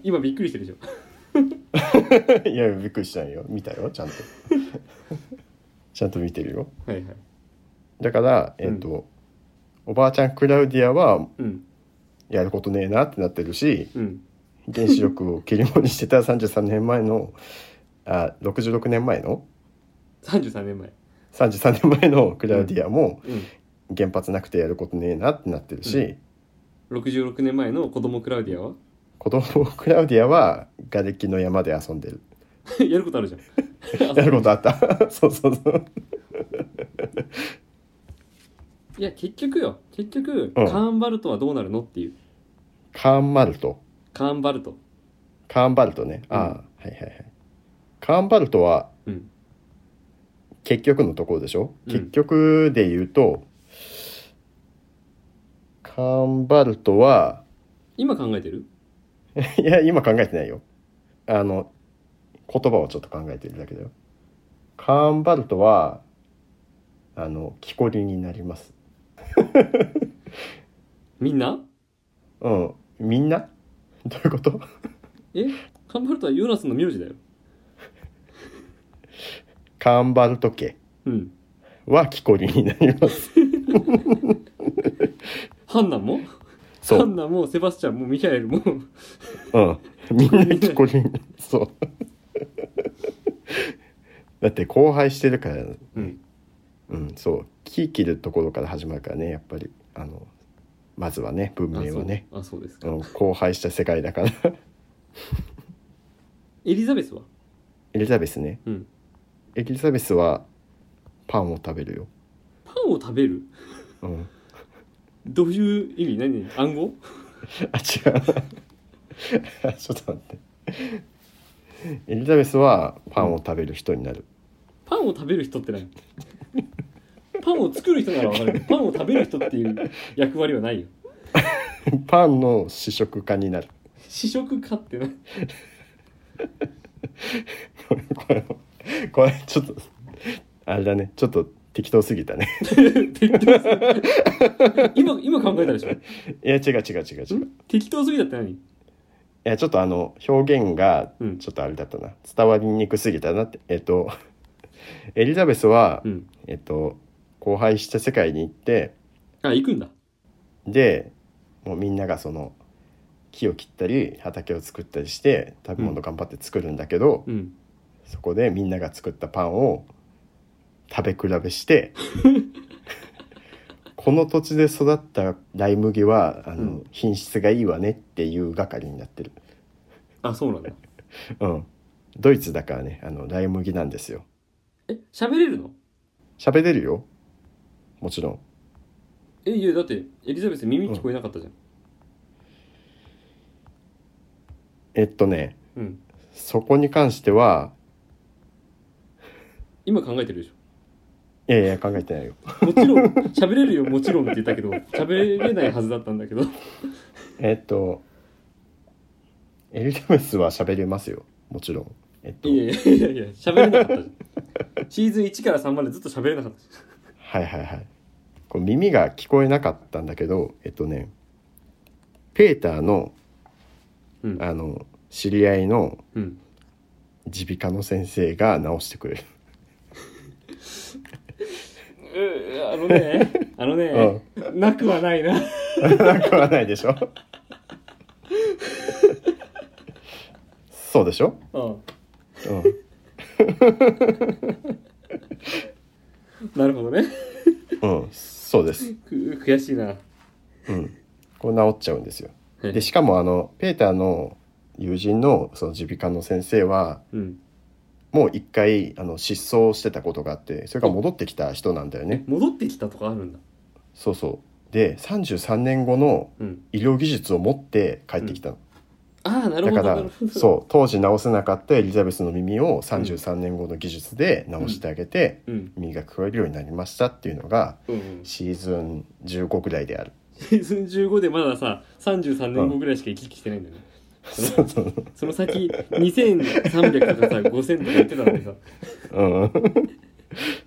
[SPEAKER 2] 今びっくりしてるでしょ
[SPEAKER 1] いや、びっくりしたんよ。見たよ、ちゃんと。ちゃんと見てるよ。
[SPEAKER 2] はいはい。
[SPEAKER 1] だから、えっ、と、おばあちゃんクラウディアは
[SPEAKER 2] うん。
[SPEAKER 1] やることねえなってなってるし、
[SPEAKER 2] うん。
[SPEAKER 1] 原子力を切り盛りしてた33年前のあ66年前の
[SPEAKER 2] 33年前。
[SPEAKER 1] 33年前のクラウディアも
[SPEAKER 2] う
[SPEAKER 1] 原発なくてやることねえなってなってるし、
[SPEAKER 2] うん。66年前の子供クラウディアは [LAUGHS]
[SPEAKER 1] 子供クラウディアは瓦礫の山で遊んでる
[SPEAKER 2] やることあるじゃん。 [LAUGHS]
[SPEAKER 1] やることあったそうそうそう
[SPEAKER 2] いや、結局よ。結局、
[SPEAKER 1] う
[SPEAKER 2] カ
[SPEAKER 1] ん
[SPEAKER 2] ーンバルトはどうなるのっていう。
[SPEAKER 1] カーンバルト
[SPEAKER 2] カーンバルト。
[SPEAKER 1] カーンバルトね、ああ
[SPEAKER 2] うん
[SPEAKER 1] はいはいはいカーンバルトは
[SPEAKER 2] うん。
[SPEAKER 1] 結局のところでしょ、
[SPEAKER 2] うん
[SPEAKER 1] 結局で言うとカーンバルトは
[SPEAKER 2] 今考えてる
[SPEAKER 1] [LAUGHS] いや、今考えてないよ。あの、言葉をちょっと考えてるだけだよ。カーンバルトは、あの、木こりになります。
[SPEAKER 2] みんな
[SPEAKER 1] うん。みんな [LAUGHS] どういうこと
[SPEAKER 2] えカーンバルトはヨナスの名字だよ。
[SPEAKER 1] カーンバルト家
[SPEAKER 2] うん。
[SPEAKER 1] は木こりになります。
[SPEAKER 2] ハンナも
[SPEAKER 1] そ
[SPEAKER 2] ハ
[SPEAKER 1] う。
[SPEAKER 2] ンナもセバスチャンもミハエルも
[SPEAKER 1] うん。みんな木こりになる。そう。 [LAUGHS] だって荒廃してるから
[SPEAKER 2] うん
[SPEAKER 1] うんそう木切るところから始まるからねやっぱりあのまずはね文明はね
[SPEAKER 2] あそうあそうです
[SPEAKER 1] あ
[SPEAKER 2] か、
[SPEAKER 1] の荒廃した世界だから
[SPEAKER 2] エリザベスは
[SPEAKER 1] エリザベスね
[SPEAKER 2] うん
[SPEAKER 1] エリザベスはパンを食べるよ、
[SPEAKER 2] パンを食べる
[SPEAKER 1] うん、
[SPEAKER 2] どういう意味何暗号
[SPEAKER 1] あ違う [LAUGHS] ちょっと待ってエリザベスはパンを食べる人になる、
[SPEAKER 2] パンを食べる人って何パンを作る人なら分かるパンを食べる人っていう役割はないよ
[SPEAKER 1] パンの試食家になる [LAUGHS]
[SPEAKER 2] 試食家ってな
[SPEAKER 1] これこれこれちょっとあれだねちょっと適当すぎたね
[SPEAKER 2] 適当すぎ今今考えたでしょ
[SPEAKER 1] いや違う違う違う違うい
[SPEAKER 2] 適当すぎだって何
[SPEAKER 1] やちょっとあの表現が
[SPEAKER 2] うん
[SPEAKER 1] ちょっとあれだったな伝わりにくすぎたなってえっとエリザベスは、
[SPEAKER 2] うん
[SPEAKER 1] えっと荒廃した世界に行って
[SPEAKER 2] あ行くんだ
[SPEAKER 1] でもうみんながその木を切ったり畑を作ったりして食べ物頑張って作るんだけど、
[SPEAKER 2] うん
[SPEAKER 1] そこでみんなが作ったパンを食べ比べしてこの土地で育ったライ麦はあの、
[SPEAKER 2] うん
[SPEAKER 1] 品質がいいわねっていう係になってる、
[SPEAKER 2] あそうなんだ
[SPEAKER 1] うん、ドイツだからねあのライ麦なんですよ
[SPEAKER 2] え喋れるの
[SPEAKER 1] 喋れるよもちろん
[SPEAKER 2] えいやだってエリザベス耳聞こえなかったじゃん
[SPEAKER 1] えっとね
[SPEAKER 2] うん、
[SPEAKER 1] そこに関しては
[SPEAKER 2] 今考えてるでし
[SPEAKER 1] いやいや考えてないよ
[SPEAKER 2] ょもちろん喋れるよもちろんって言ったけど喋れないはずだったんだけど
[SPEAKER 1] えっと、エリザベスは喋れますよ。もちろん。えっと、
[SPEAKER 2] いやいやいやいや喋れなかったじゃんシーズン1から3までずっと喋れなかったじ
[SPEAKER 1] はいはいはい。こう耳が聞こえなかったんだけど、えっとね、ペーターの、
[SPEAKER 2] ゃんうん
[SPEAKER 1] あの、知り合いの
[SPEAKER 2] うん
[SPEAKER 1] 耳鼻科の先生が治してくれる。 [LAUGHS]
[SPEAKER 2] うあの [LAUGHS] ねあのね、なくはないな [LAUGHS]
[SPEAKER 1] なんかはないでしょそうでしょ
[SPEAKER 2] うん
[SPEAKER 1] うん。
[SPEAKER 2] なるほどね
[SPEAKER 1] うん、そうです。
[SPEAKER 2] く悔しいな
[SPEAKER 1] うん。こう治っちゃうんですよ。
[SPEAKER 2] はい
[SPEAKER 1] で、しかもあの、ペーターの友人のその耳鼻科の先生は、
[SPEAKER 2] うん、
[SPEAKER 1] もう一回あの失踪してたことがあってそれから戻ってきた人なんだよね
[SPEAKER 2] 戻ってきたとかあるんだ
[SPEAKER 1] そうそうで33年後の
[SPEAKER 2] うん
[SPEAKER 1] 医療技術を持って帰ってきたの、
[SPEAKER 2] ああなる
[SPEAKER 1] だ
[SPEAKER 2] ほ
[SPEAKER 1] か
[SPEAKER 2] ど
[SPEAKER 1] ら
[SPEAKER 2] なるほど
[SPEAKER 1] [LAUGHS] そう当時治せなかったエリザベスの耳を33年後の技術で治してあげて、
[SPEAKER 2] ううん
[SPEAKER 1] 耳が聞こえるようになりましたっていうのが
[SPEAKER 2] うんうん
[SPEAKER 1] シーズン15ぐらいである [LAUGHS]
[SPEAKER 2] シーズン15でまださ33年後ぐらいしか行き来してないんだよね、
[SPEAKER 1] そうそう
[SPEAKER 2] その先2300とかさ5000とか言ってたのにさ
[SPEAKER 1] うん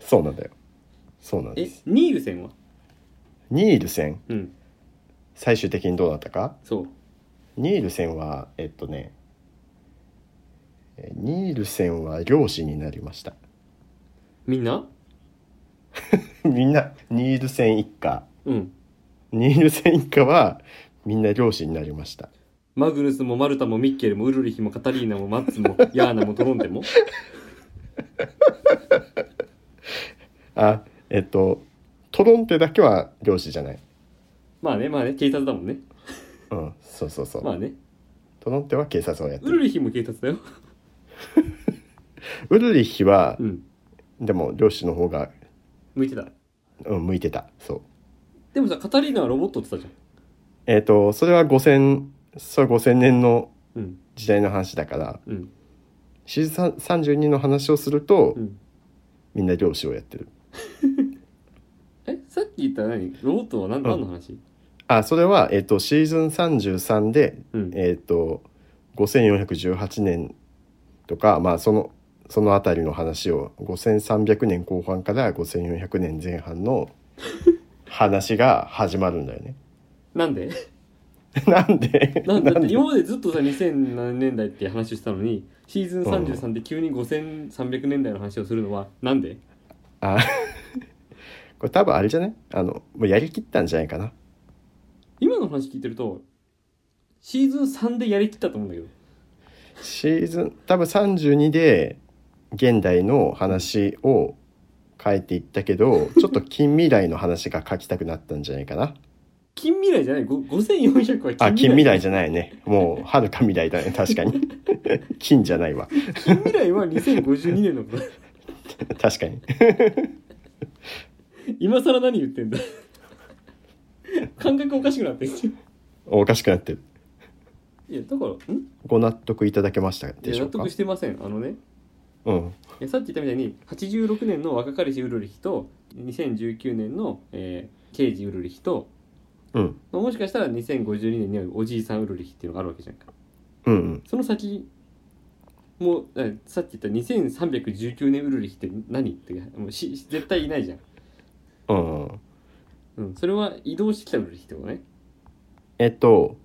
[SPEAKER 1] そうなんだよそうなんで
[SPEAKER 2] え
[SPEAKER 1] す
[SPEAKER 2] ニールセンは
[SPEAKER 1] ニールセン
[SPEAKER 2] うん
[SPEAKER 1] 最終的にどうだったか
[SPEAKER 2] そう
[SPEAKER 1] ニールセンはえっとねえニールセンは漁師になりました [LAUGHS]
[SPEAKER 2] みんな
[SPEAKER 1] みんなニールセン一家
[SPEAKER 2] うん
[SPEAKER 1] ニールセン一家はみんな漁師になりました
[SPEAKER 2] マグヌスもマルタもミッケルもウルリヒもカタリーナもマッツもヤーナもトロンテも
[SPEAKER 1] あえっとトロンテだけは漁師じゃない
[SPEAKER 2] まあねまあね警察だもんね
[SPEAKER 1] うんそうそうそう、
[SPEAKER 2] まあね
[SPEAKER 1] トロンテは警察をやって
[SPEAKER 2] ウ
[SPEAKER 1] る
[SPEAKER 2] ルリヒも警察だよ
[SPEAKER 1] ウルリヒは
[SPEAKER 2] う、ん
[SPEAKER 1] でも漁師の方が、
[SPEAKER 2] 向いてた
[SPEAKER 1] うん、向いてたそう
[SPEAKER 2] でもさカタリーナはロボットって言ってたじ
[SPEAKER 1] えっとそれは5000それ5000年の
[SPEAKER 2] ゃんうん
[SPEAKER 1] 時代の話だから
[SPEAKER 2] うん
[SPEAKER 1] シーズン32の話をすると、
[SPEAKER 2] うん
[SPEAKER 1] みんな漁師をやってる
[SPEAKER 2] えさっき言った何ロボットは何,、
[SPEAKER 1] ん
[SPEAKER 2] ん、何の話
[SPEAKER 1] あそれは、えっとシーズン33で、
[SPEAKER 2] うん
[SPEAKER 1] えっと5418年とか、まあ、そのその辺りの話を5300年後半から5400年前半の話が始まるんだよね。 [LAUGHS]
[SPEAKER 2] なんで
[SPEAKER 1] なんで
[SPEAKER 2] なんだ
[SPEAKER 1] な
[SPEAKER 2] っ
[SPEAKER 1] ん
[SPEAKER 2] て
[SPEAKER 1] で
[SPEAKER 2] 今までずっとさ2007年代って話をしたのにシーズン33で急に5300年代の話をするのはなんで
[SPEAKER 1] あこれ多分あれじゃないあのもうやりきったんじゃないかな。
[SPEAKER 2] 今の話聞いてるとシーズン3でやりきったと思うんだけど
[SPEAKER 1] シーズン多分32で現代の話を書いていったけどちょっと近未来の話が書きたくなったんじゃないかな。
[SPEAKER 2] 近未来じゃないご5400は
[SPEAKER 1] あ近未来じゃ
[SPEAKER 2] ない
[SPEAKER 1] ないねもうはるか未来だね確
[SPEAKER 2] [LAUGHS]
[SPEAKER 1] かに金じゃないわ
[SPEAKER 2] 近未来は2052年のこと
[SPEAKER 1] 確かに
[SPEAKER 2] 今更何言ってんだ [LAUGHS] 感覚おかしくなってる
[SPEAKER 1] おかしくなってる
[SPEAKER 2] いやだからん
[SPEAKER 1] ご納得いただけました
[SPEAKER 2] い
[SPEAKER 1] で
[SPEAKER 2] や
[SPEAKER 1] しょ
[SPEAKER 2] 納
[SPEAKER 1] うか
[SPEAKER 2] 得してませんあのね
[SPEAKER 1] うん
[SPEAKER 2] えさっき言ったみたいに86年の若かりしウルリヒと2019年の、えー、刑事ウルリヒと、
[SPEAKER 1] うん
[SPEAKER 2] まあ、もしかしたら2052年にはおじいさんウルリヒっていうのがあるわけじゃんか
[SPEAKER 1] うんうん
[SPEAKER 2] その先もうえさっき言った2319年ウルリヒって何ってもうし絶対いないじゃん、
[SPEAKER 1] うんうん
[SPEAKER 2] うん、それは移動してきたウルリヒってことね
[SPEAKER 1] えっと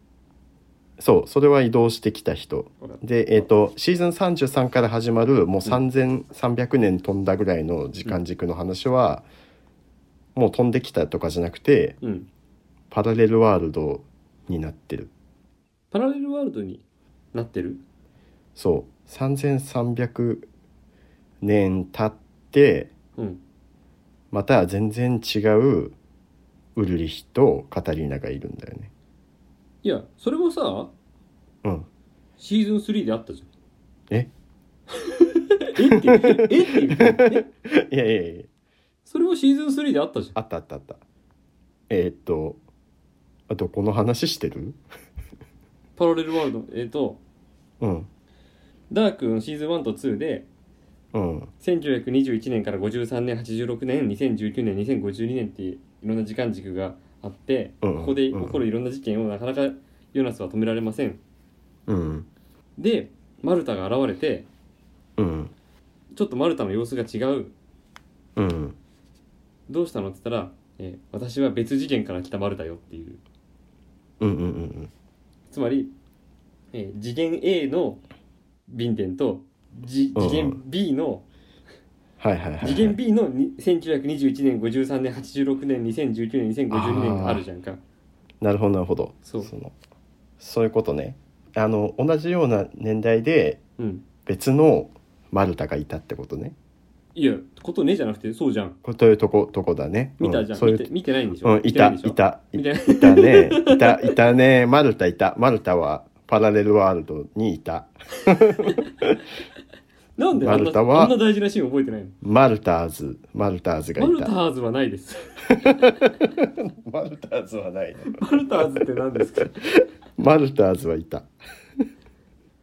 [SPEAKER 1] そうそれは移動してきた人
[SPEAKER 2] わかった
[SPEAKER 1] でえっとシーズン33から始まるもう3300年飛んだぐらいの時間軸の話は、もう飛んできたとかじゃなくて
[SPEAKER 2] うん
[SPEAKER 1] パラレルワールドになってる
[SPEAKER 2] パラレルワールドになってる
[SPEAKER 1] そう3300年経って
[SPEAKER 2] うん
[SPEAKER 1] また全然違うウルリヒとカタリーナがいるんだよね
[SPEAKER 2] いやそれもさ
[SPEAKER 1] うん
[SPEAKER 2] シーズン3であったじゃん
[SPEAKER 1] え
[SPEAKER 2] [LAUGHS] えってえって言うえ
[SPEAKER 1] [LAUGHS] いやいやいや
[SPEAKER 2] それもシーズン3であったじゃん
[SPEAKER 1] あったあったあったえー、っとあとこの話してる
[SPEAKER 2] パラレルワールドえっ、と
[SPEAKER 1] うん
[SPEAKER 2] ダークのシーズン1と2で
[SPEAKER 1] うん
[SPEAKER 2] 1921年から53年86年2019年2052年っていういろんな時間軸があって、
[SPEAKER 1] うん
[SPEAKER 2] ここで起
[SPEAKER 1] うん
[SPEAKER 2] こるいろんな事件をなかなかヨナスは止められません
[SPEAKER 1] うん
[SPEAKER 2] でマルタが現れて
[SPEAKER 1] うん
[SPEAKER 2] ちょっとマルタの様子が違う
[SPEAKER 1] うん
[SPEAKER 2] どうしたのって言ったら、えー私は別次元から来たマルタよっていう
[SPEAKER 1] うんうんうん
[SPEAKER 2] つまり、えー次元 A のビンデンとじ
[SPEAKER 1] うん
[SPEAKER 2] 次元 B の
[SPEAKER 1] はいはいはい、はい、
[SPEAKER 2] 次元 B のに1921年53年86年2019年2052年があるじゃんか
[SPEAKER 1] なるほどなるほど
[SPEAKER 2] そう
[SPEAKER 1] のそういうことねあの同じような年代で
[SPEAKER 2] うん
[SPEAKER 1] 別のマルタがいたってことね
[SPEAKER 2] いやことねじゃなくてそうじゃん
[SPEAKER 1] これというとことこだね
[SPEAKER 2] 見たじゃん、
[SPEAKER 1] うそうい
[SPEAKER 2] 見
[SPEAKER 1] う
[SPEAKER 2] て見てないんでしょ、
[SPEAKER 1] うん、いた、い
[SPEAKER 2] 見て
[SPEAKER 1] た、
[SPEAKER 2] な
[SPEAKER 1] い
[SPEAKER 2] いんでしょ
[SPEAKER 1] いたね、いた、いたね、マルタいた、マルタはパラレルワールドにいた。
[SPEAKER 2] みたいななんであん
[SPEAKER 1] マ
[SPEAKER 2] な
[SPEAKER 1] ルタは
[SPEAKER 2] あんな大事なシーン覚えてないの
[SPEAKER 1] マルターズ、マルターズが
[SPEAKER 2] マ
[SPEAKER 1] い
[SPEAKER 2] ルタ
[SPEAKER 1] た。
[SPEAKER 2] ーズはないです [LAUGHS]
[SPEAKER 1] マルターズはない。
[SPEAKER 2] マルターズって何です
[SPEAKER 1] [LAUGHS]
[SPEAKER 2] か
[SPEAKER 1] マルターズはいた。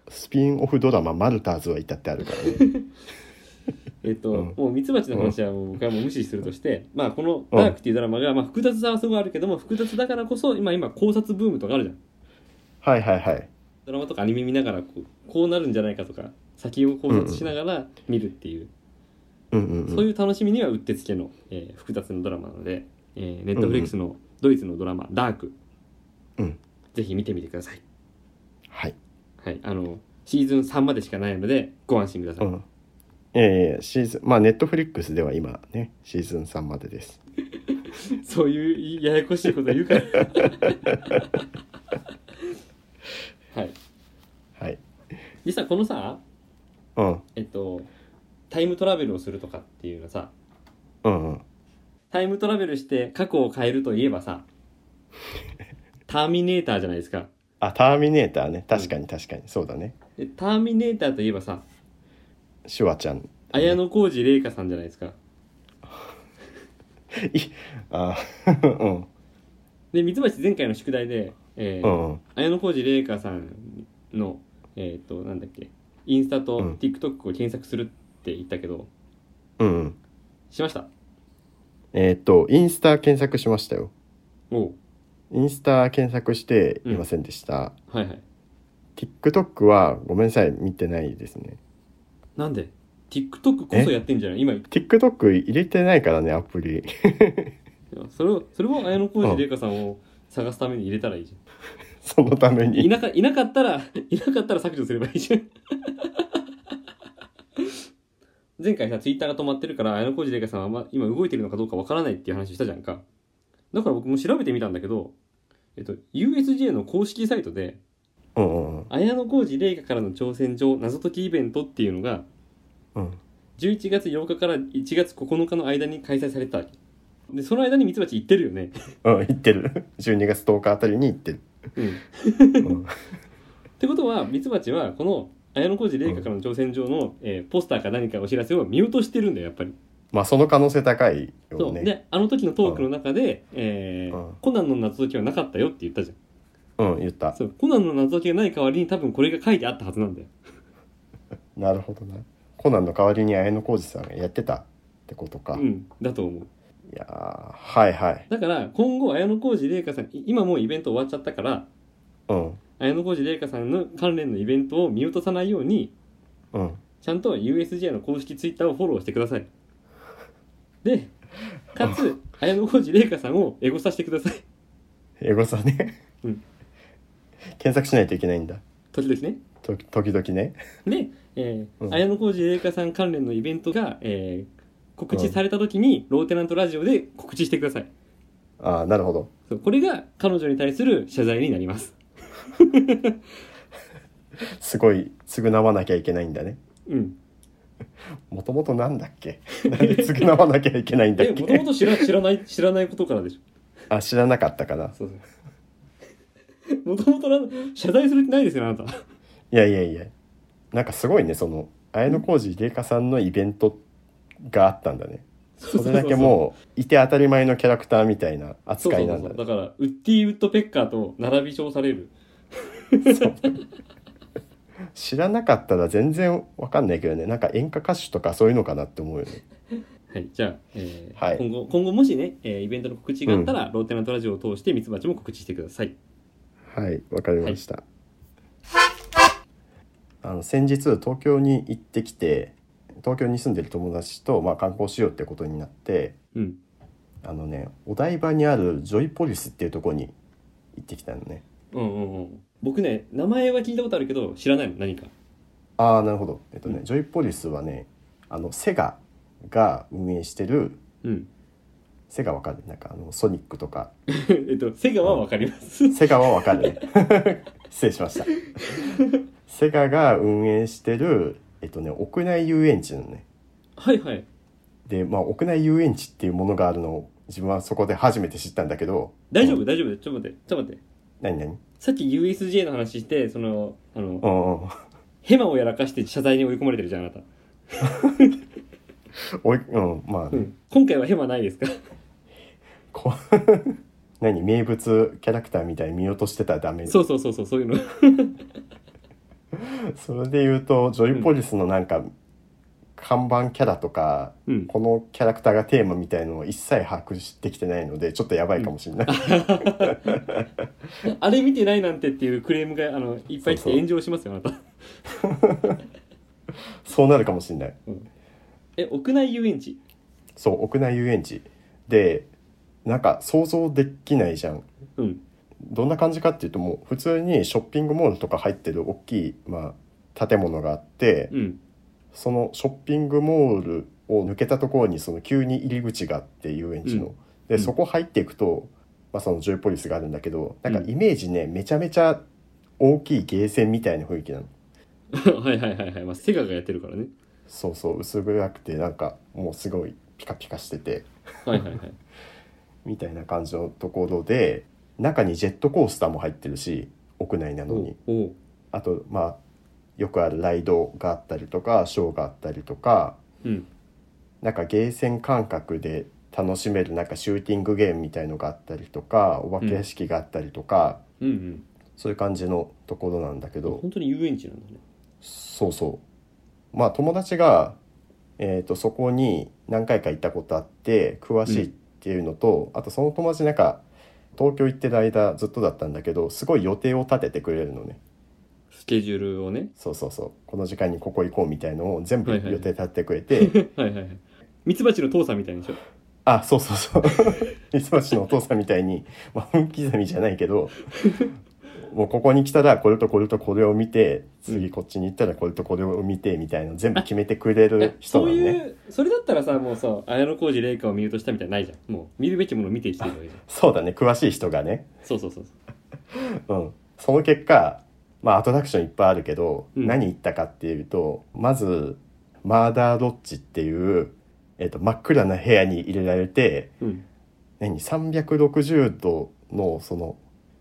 [SPEAKER 1] スピンオフドラマ、マルターズはいたってあるからね。
[SPEAKER 2] えっと、
[SPEAKER 1] うん
[SPEAKER 2] もうミツバチの話はもう僕はもう無視するとして、まあこの「ダーク」っていうドラマが、まあ、複雑さはすごいあるけども複雑だからこそ今今考察ブームとかあるじゃん
[SPEAKER 1] はいはいはい。
[SPEAKER 2] ドラマとかアニメ見ながらこうこうなるんじゃないかとか先を考察しながら見るっていう、
[SPEAKER 1] うんうん、うん。
[SPEAKER 2] そういう楽しみにはうってつけの、えー複雑なドラマなので、えー、ネットフリックスのドイツのドラマ「ダーク」
[SPEAKER 1] うん
[SPEAKER 2] ぜひ見てみてください、
[SPEAKER 1] はい。
[SPEAKER 2] はい、あのシーズン3までしかないのでご安心くださ
[SPEAKER 1] う
[SPEAKER 2] い、
[SPEAKER 1] ん。ええシーズン、まあ、ネットフリックスでは今ね、シーズン3までです。
[SPEAKER 2] そういうややこしいこと言うから [LAUGHS] はい
[SPEAKER 1] はい。
[SPEAKER 2] 実はこのさ
[SPEAKER 1] うん。
[SPEAKER 2] えっとタイムトラベルをするとかっていうのはさ
[SPEAKER 1] うんうん。
[SPEAKER 2] タイムトラベルして過去を変えるといえば [LAUGHS] さターミネーターじゃないですか
[SPEAKER 1] あ、ターミネーターね。確かに確かに。そうだね。
[SPEAKER 2] でターミネーターといえばさ
[SPEAKER 1] シュワちゃん。
[SPEAKER 2] 綾小路玲香さんじゃないですか
[SPEAKER 1] あ [LAUGHS] ーうん。
[SPEAKER 2] で三橋前回の宿題で、えー
[SPEAKER 1] うんうん。
[SPEAKER 2] 綾小路玲香さんのえっ、となんだっけインスタと
[SPEAKER 1] うん
[SPEAKER 2] TikTok を検索するって言ったけど、
[SPEAKER 1] うんうん。
[SPEAKER 2] しました
[SPEAKER 1] えーっと、インスタ検索しましたよ。
[SPEAKER 2] おう
[SPEAKER 1] インスタ検索していませんでした。
[SPEAKER 2] はいはい
[SPEAKER 1] TikTok はごめんなさい、見てないですね。
[SPEAKER 2] なんで TikTok こそやってんじゃない今
[SPEAKER 1] TikTok 入れてないからね、アプリ。 [LAUGHS]
[SPEAKER 2] それをそれを綾小路玲香さんを探すために入れたらいいじ
[SPEAKER 1] そのため
[SPEAKER 2] ゃんい
[SPEAKER 1] に。
[SPEAKER 2] なかいなかったらいなかったら削除すればいいじゃん前回さツイッターが止まってるから綾小路玲香さんはあんま今動いてるのかどうかわからないっていう話したじゃんかだから僕も調べてみたんだけどえっと USJ の公式サイトで
[SPEAKER 1] うんうんうん
[SPEAKER 2] 綾小路玲香からの挑戦状謎解きイベントっていうのが
[SPEAKER 1] うん。
[SPEAKER 2] 11月8日から1月9日の間に開催されたわけでその間にミツバチ行ってるよね、
[SPEAKER 1] うん行ってる [LAUGHS] 12月10日あたりに行ってる、
[SPEAKER 2] うん、っ
[SPEAKER 1] うん、
[SPEAKER 2] てことはミツバチはこの綾小路麗華からの挑戦状の、えーポスターか何かお知らせを見落としてるんだよやっぱり
[SPEAKER 1] まあその可能性高い
[SPEAKER 2] そ
[SPEAKER 1] よ
[SPEAKER 2] う
[SPEAKER 1] ね
[SPEAKER 2] であの時のトークの中で、えー
[SPEAKER 1] うん
[SPEAKER 2] コナンの謎解きはなかったよって言ったじゃん
[SPEAKER 1] うん言った
[SPEAKER 2] そうコナンの謎解きがない代わりに多分これが書いてあったはずなんだよ
[SPEAKER 1] なるほどなコナンの代わりに綾小路さんがやってたってことか、
[SPEAKER 2] う
[SPEAKER 1] い
[SPEAKER 2] んだと思う
[SPEAKER 1] やーはいはい
[SPEAKER 2] だから今後綾小路麗華さんい今もうイベント終わっちゃったから
[SPEAKER 1] うん
[SPEAKER 2] 綾小路麗華さんの関連のイベントを見落とさないように
[SPEAKER 1] うん
[SPEAKER 2] ちゃんと USJ の公式ツイッターをフォローしてくださいでか
[SPEAKER 1] [LAUGHS]
[SPEAKER 2] つ綾小路麗華さんをエゴさせてください
[SPEAKER 1] エゴさね、
[SPEAKER 2] うん
[SPEAKER 1] 検索しないといけないんだ
[SPEAKER 2] 時々ね
[SPEAKER 1] と時々ね
[SPEAKER 2] で、えー
[SPEAKER 1] うん
[SPEAKER 2] 綾小路麗華さん関連のイベントが、えー告知された時に、ローテナントラジオで告知してください
[SPEAKER 1] ああなるほど
[SPEAKER 2] そうこれが彼女に対する謝罪になります
[SPEAKER 1] すごい償わなきゃいけないんだね
[SPEAKER 2] うん
[SPEAKER 1] もともとなんだっ
[SPEAKER 2] [LAUGHS]
[SPEAKER 1] けなんで償わなきゃいけないんだっ
[SPEAKER 2] でもとも
[SPEAKER 1] け
[SPEAKER 2] と知ら知らない知らないことからでしょ
[SPEAKER 1] あ知らなかったから
[SPEAKER 2] そうそう。もともとな謝罪する気ないですよ、あなた。
[SPEAKER 1] いやいやいやなんかすごいねその綾小路玲香さんのイベントがあったんだねそれだけもういて当たり前のキャラクターみたいな
[SPEAKER 2] そう
[SPEAKER 1] 扱
[SPEAKER 2] そう
[SPEAKER 1] い
[SPEAKER 2] そう
[SPEAKER 1] な
[SPEAKER 2] そ
[SPEAKER 1] ん
[SPEAKER 2] う
[SPEAKER 1] だ
[SPEAKER 2] そうだから、ウッディ・ウッドペッカーと並び称される。
[SPEAKER 1] 知らなかったら全然わかんないけどねなんか演歌歌手とかそういうのかなって思うよね
[SPEAKER 2] はい、じゃあ、えー
[SPEAKER 1] はい
[SPEAKER 2] 今後、今後もしね、えーイベントの告知があったら、ローテナントラジオを通して、ミツバチも告知してください。
[SPEAKER 1] はいわかりました、あの先日東京に行ってきて東京に住んでる友達と、まあ、観光しようってことになって
[SPEAKER 2] うん。
[SPEAKER 1] あのねお台場にあるジョイポリスっていうところに行ってきたのね
[SPEAKER 2] うんうんうん。僕ね、名前は聞いたことあるけど、知らないの、何か。
[SPEAKER 1] ああなるほどえっとね、
[SPEAKER 2] うん
[SPEAKER 1] ジョイポリスはねあのセガが運営してる
[SPEAKER 2] うん。
[SPEAKER 1] セガわかるなんかあのソニックとか
[SPEAKER 2] [LAUGHS] えっと、セガはわかります。
[SPEAKER 1] セガはわかるね [LAUGHS] 失礼しましたセガが運営してるえっとね屋内遊園地のね
[SPEAKER 2] はいはい。
[SPEAKER 1] でまあ屋内遊園地っていうものがあるのを自分はそこで初めて知ったんだけど
[SPEAKER 2] 大丈夫、
[SPEAKER 1] うん
[SPEAKER 2] 大丈夫。ちょっと待って、ちょっと待って。
[SPEAKER 1] 何何
[SPEAKER 2] さっき USJ の話して、その、あの、
[SPEAKER 1] うんうん
[SPEAKER 2] ヘマをやらかして謝罪に追い込まれてるじゃん、あなた。
[SPEAKER 1] おいうんまあね、
[SPEAKER 2] うん、今回はヘマないですか
[SPEAKER 1] こ [LAUGHS] 何名物キャラクターみたいに見落としてたらダメ
[SPEAKER 2] そうそうそうそうそういうの
[SPEAKER 1] それで言うとジョイポリスのなんか、看板キャラとか
[SPEAKER 2] うん
[SPEAKER 1] このキャラクターがテーマみたいのを一切把握してきてないのでちょっとやばいかもしれない、
[SPEAKER 2] あれ見てないなんてっていうクレームがあのいっぱい来
[SPEAKER 1] そ
[SPEAKER 2] て
[SPEAKER 1] うそう
[SPEAKER 2] 炎上しますよあなた
[SPEAKER 1] [LAUGHS] そうなるかもしれない
[SPEAKER 2] え屋内遊園地
[SPEAKER 1] そう屋内遊園地でなんか想像できないじゃん
[SPEAKER 2] うん
[SPEAKER 1] どんな感じかっていうともう普通にショッピングモールとか入ってる大きい、まあ、建物があって、
[SPEAKER 2] うん [LAUGHS]
[SPEAKER 1] そのショッピングモールを抜けたところにその急に入り口があって遊園地の、
[SPEAKER 2] うんう
[SPEAKER 1] で
[SPEAKER 2] ん
[SPEAKER 1] そこ入っていくと、まあ、そのジョイポリスがあるんだけどなんかイメージね、めちゃめちゃ大きいゲーセンみたいな雰囲気なの
[SPEAKER 2] はいはいはいはい、まあ、セガがやってるからね
[SPEAKER 1] そうそう薄暗くてなんかもうすごいピカピカしてて
[SPEAKER 2] はいはいはい
[SPEAKER 1] みたいな感じのところで中にジェットコースターも入ってるし屋内なのに
[SPEAKER 2] [LAUGHS] おお
[SPEAKER 1] あとまあよくあるライドがあったりとかショーがあったりとか
[SPEAKER 2] うん
[SPEAKER 1] なんかゲーセン感覚で楽しめるなんかシューティングゲームみたいのがあったりとかお化け屋敷があったりとか、
[SPEAKER 2] うんうん
[SPEAKER 1] そういう感じのところなんだけど、
[SPEAKER 2] 本当に遊園地なんだね
[SPEAKER 1] そうそうまあ友達が、えー、とそこに何回か行ったことあって詳しいっていうのと、あとその友達なんか東京行ってる間ずっとだったんだけどすごい予定を立ててくれるのね
[SPEAKER 2] スケジュールをね
[SPEAKER 1] そうそうそうこの時間にここ行こうみたいのを全部
[SPEAKER 2] は
[SPEAKER 1] 予
[SPEAKER 2] いはいはい
[SPEAKER 1] 定立ててくれて、
[SPEAKER 2] [LAUGHS] はいはいはいミツバチの父さんみたいでしょ
[SPEAKER 1] あそうそうそうミツバチのお父さんみたいに、まあ、分刻みじゃないけどもうここに来たらこれとこれとこれを見て次こっちに行ったらこれとこれを見てみたいな全部決めてくれる
[SPEAKER 2] え
[SPEAKER 1] 人
[SPEAKER 2] そ
[SPEAKER 1] な
[SPEAKER 2] う
[SPEAKER 1] の
[SPEAKER 2] い
[SPEAKER 1] ね
[SPEAKER 2] うそれだったらさもうさ綾小路麗華を見るとしたみたいないじゃんもう見るべきものを見てきてるわ [LAUGHS] けじゃん
[SPEAKER 1] そうだね詳しい人がね、
[SPEAKER 2] そうそうそう
[SPEAKER 1] うん、その結果、まあ、アトラクションいっぱいあるけど、
[SPEAKER 2] うん
[SPEAKER 1] 何行ったかっていうとまずマーダーロッジっていう、えっと真っ暗な部屋に入れられて
[SPEAKER 2] うん
[SPEAKER 1] 何360度のその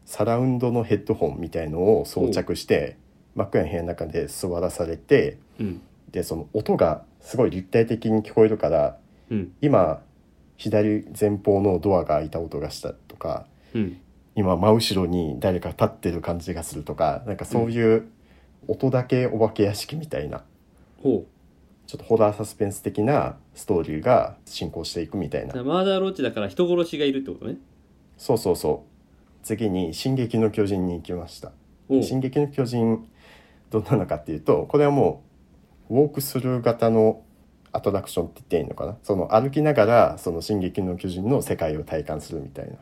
[SPEAKER 1] サラウンドのヘッドホンみたいのを装着して真っ暗な部屋の中で座らされて
[SPEAKER 2] うん
[SPEAKER 1] でその音がすごい立体的に聞こえるから
[SPEAKER 2] うん
[SPEAKER 1] 今左前方のドアが開いた音がしたとか
[SPEAKER 2] うん
[SPEAKER 1] 今真後ろに誰か立ってる感じがするとかなんかそういう音だけお化け屋敷みたいな
[SPEAKER 2] ほう
[SPEAKER 1] ちょっとホラーサスペンス的なストーリーが進行していくみたい
[SPEAKER 2] じゃ
[SPEAKER 1] な
[SPEAKER 2] あマーダーロッチだから人殺しがいるってことね
[SPEAKER 1] そうそうそう次に「進撃の巨人」に行きました
[SPEAKER 2] お
[SPEAKER 1] 「
[SPEAKER 2] う
[SPEAKER 1] 進撃の巨人」どんなのかっていうとこれはもうウォークスルー型のアトラクションって言っていいのかなその歩きながらその「進撃の巨人」の世界を体感するみたいな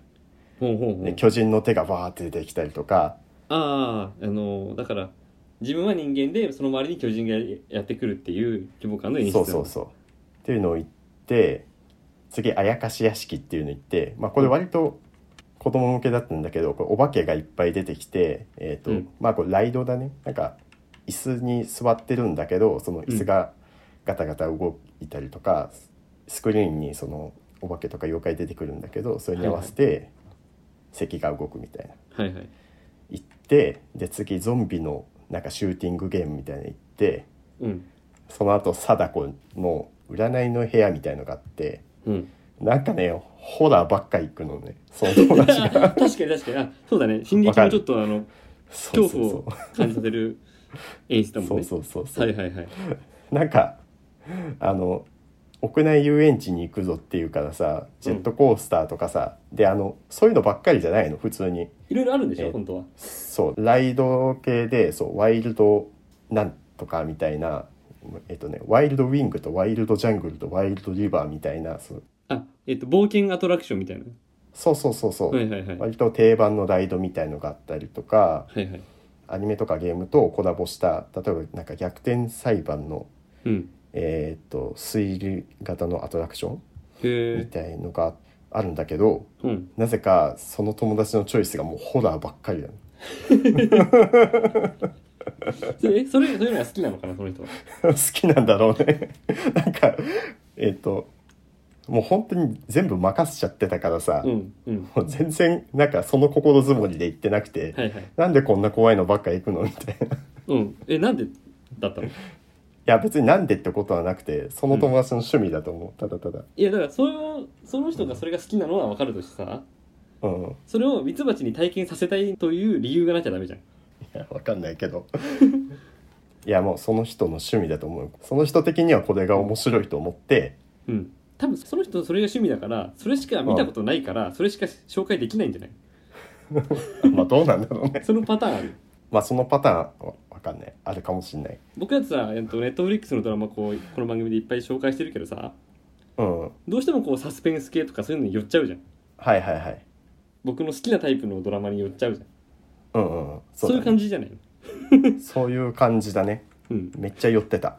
[SPEAKER 2] ほうほうほ
[SPEAKER 1] で
[SPEAKER 2] う
[SPEAKER 1] 巨人の手がバーって出てきたりとか
[SPEAKER 2] あああのだから自分は人間でその周りに巨人がやってくるっていう規模感の演出
[SPEAKER 1] そうそうそうっていうのを言って次「あやかし屋敷」っていうのを言って、まあ、これ割と子供向けだったんだけどこれお化けがいっぱい出てきて、えーと
[SPEAKER 2] うん
[SPEAKER 1] まあこれライドだねなんか椅子に座ってるんだけどその椅子がガタガタ動いたりとか、スクリーンにそのお化けとか妖怪出てくるんだけどそれに合わせて席が動くみたいな。
[SPEAKER 2] はいはい
[SPEAKER 1] 行ってで次ゾンビのなんかシューティングゲームみたいなの行って。
[SPEAKER 2] うん
[SPEAKER 1] その後貞子の占いの部屋みたいのがあって
[SPEAKER 2] うん
[SPEAKER 1] なんかねホラーばっか行くのねその友達
[SPEAKER 2] あ [LAUGHS]
[SPEAKER 1] が
[SPEAKER 2] 確かに確かにあそうだね進撃
[SPEAKER 1] わか
[SPEAKER 2] も
[SPEAKER 1] る
[SPEAKER 2] ちょっとあの
[SPEAKER 1] そう
[SPEAKER 2] [LAUGHS] 恐
[SPEAKER 1] そう
[SPEAKER 2] 怖を感じさせる演出だ
[SPEAKER 1] そう
[SPEAKER 2] も
[SPEAKER 1] そ
[SPEAKER 2] ん
[SPEAKER 1] う
[SPEAKER 2] ね
[SPEAKER 1] そうそうそう、
[SPEAKER 2] はいはいはい
[SPEAKER 1] なんかあの屋内遊園地に行くぞっていうからさジェットコースターとかさ、であのそういうのばっかりじゃないの普通に
[SPEAKER 2] いろいろあるんでしょ
[SPEAKER 1] え
[SPEAKER 2] 本当は
[SPEAKER 1] そうライド系でそうワイルドなんとかみたいなえっとねワイルドウィングとワイルドジャングルとワイルドリバーみたいなそう
[SPEAKER 2] あえっと冒険アトラクションみたいな
[SPEAKER 1] そうそうそうそう、
[SPEAKER 2] はいはいはいはい
[SPEAKER 1] 割と定番のライドみたいのがあったりとか
[SPEAKER 2] はい
[SPEAKER 1] アニメとかゲームとコラボした例えばなんか逆転裁判の、
[SPEAKER 2] うん
[SPEAKER 1] えーっと推理型のアトラクションみ
[SPEAKER 2] へえ
[SPEAKER 1] たいのがあるんだけど
[SPEAKER 2] うん
[SPEAKER 1] なぜかその友達のチョイスがもうホラーばっかりだね [LAUGHS]
[SPEAKER 2] それえそれそういうのが好きなのか [LAUGHS] なその人は
[SPEAKER 1] 好きなんだろうね [LAUGHS] なんかえーっともう本当に全部任せちゃってたからさ、
[SPEAKER 2] うんうん
[SPEAKER 1] もう全然なんかその心づもりで行ってなくて、
[SPEAKER 2] はいはい
[SPEAKER 1] なんでこんな怖いのばっか行くのみたいな。
[SPEAKER 2] うんえなんでだったの
[SPEAKER 1] いや別になんでってことはなくてその友達の趣味だと思う、ただただ
[SPEAKER 2] いやだからそのその人がそれが好きなのは分かるとしてさ
[SPEAKER 1] うん
[SPEAKER 2] それをミツバチに体験させたいという理由がなきゃダメじゃん
[SPEAKER 1] いやわかんないけど [LAUGHS] いやもうその人の趣味だと思うその人的にはこれが面白いと思って
[SPEAKER 2] うん多分その人それが趣味だからそれしか見たことないからそれしか紹介できないんじゃない
[SPEAKER 1] [LAUGHS] まあどうなんだろうね
[SPEAKER 2] そのパターンある
[SPEAKER 1] [LAUGHS] まあそのパターンはわかんないあるかもしんない
[SPEAKER 2] 僕だってさネットフリックスのドラマこうこの番組でいっぱい紹介してるけどさ
[SPEAKER 1] うんはい
[SPEAKER 2] どうしてもこうサスペンス系とかそういうのに寄っちゃうじゃん
[SPEAKER 1] はいはい
[SPEAKER 2] 僕の好きなタイプのドラマに寄っちゃうじゃん
[SPEAKER 1] うんうんうん
[SPEAKER 2] そう,、
[SPEAKER 1] そう
[SPEAKER 2] いう
[SPEAKER 1] だね
[SPEAKER 2] 感じじゃないの
[SPEAKER 1] そういう感じだね
[SPEAKER 2] うん
[SPEAKER 1] めっちゃ寄 [LAUGHS] ってた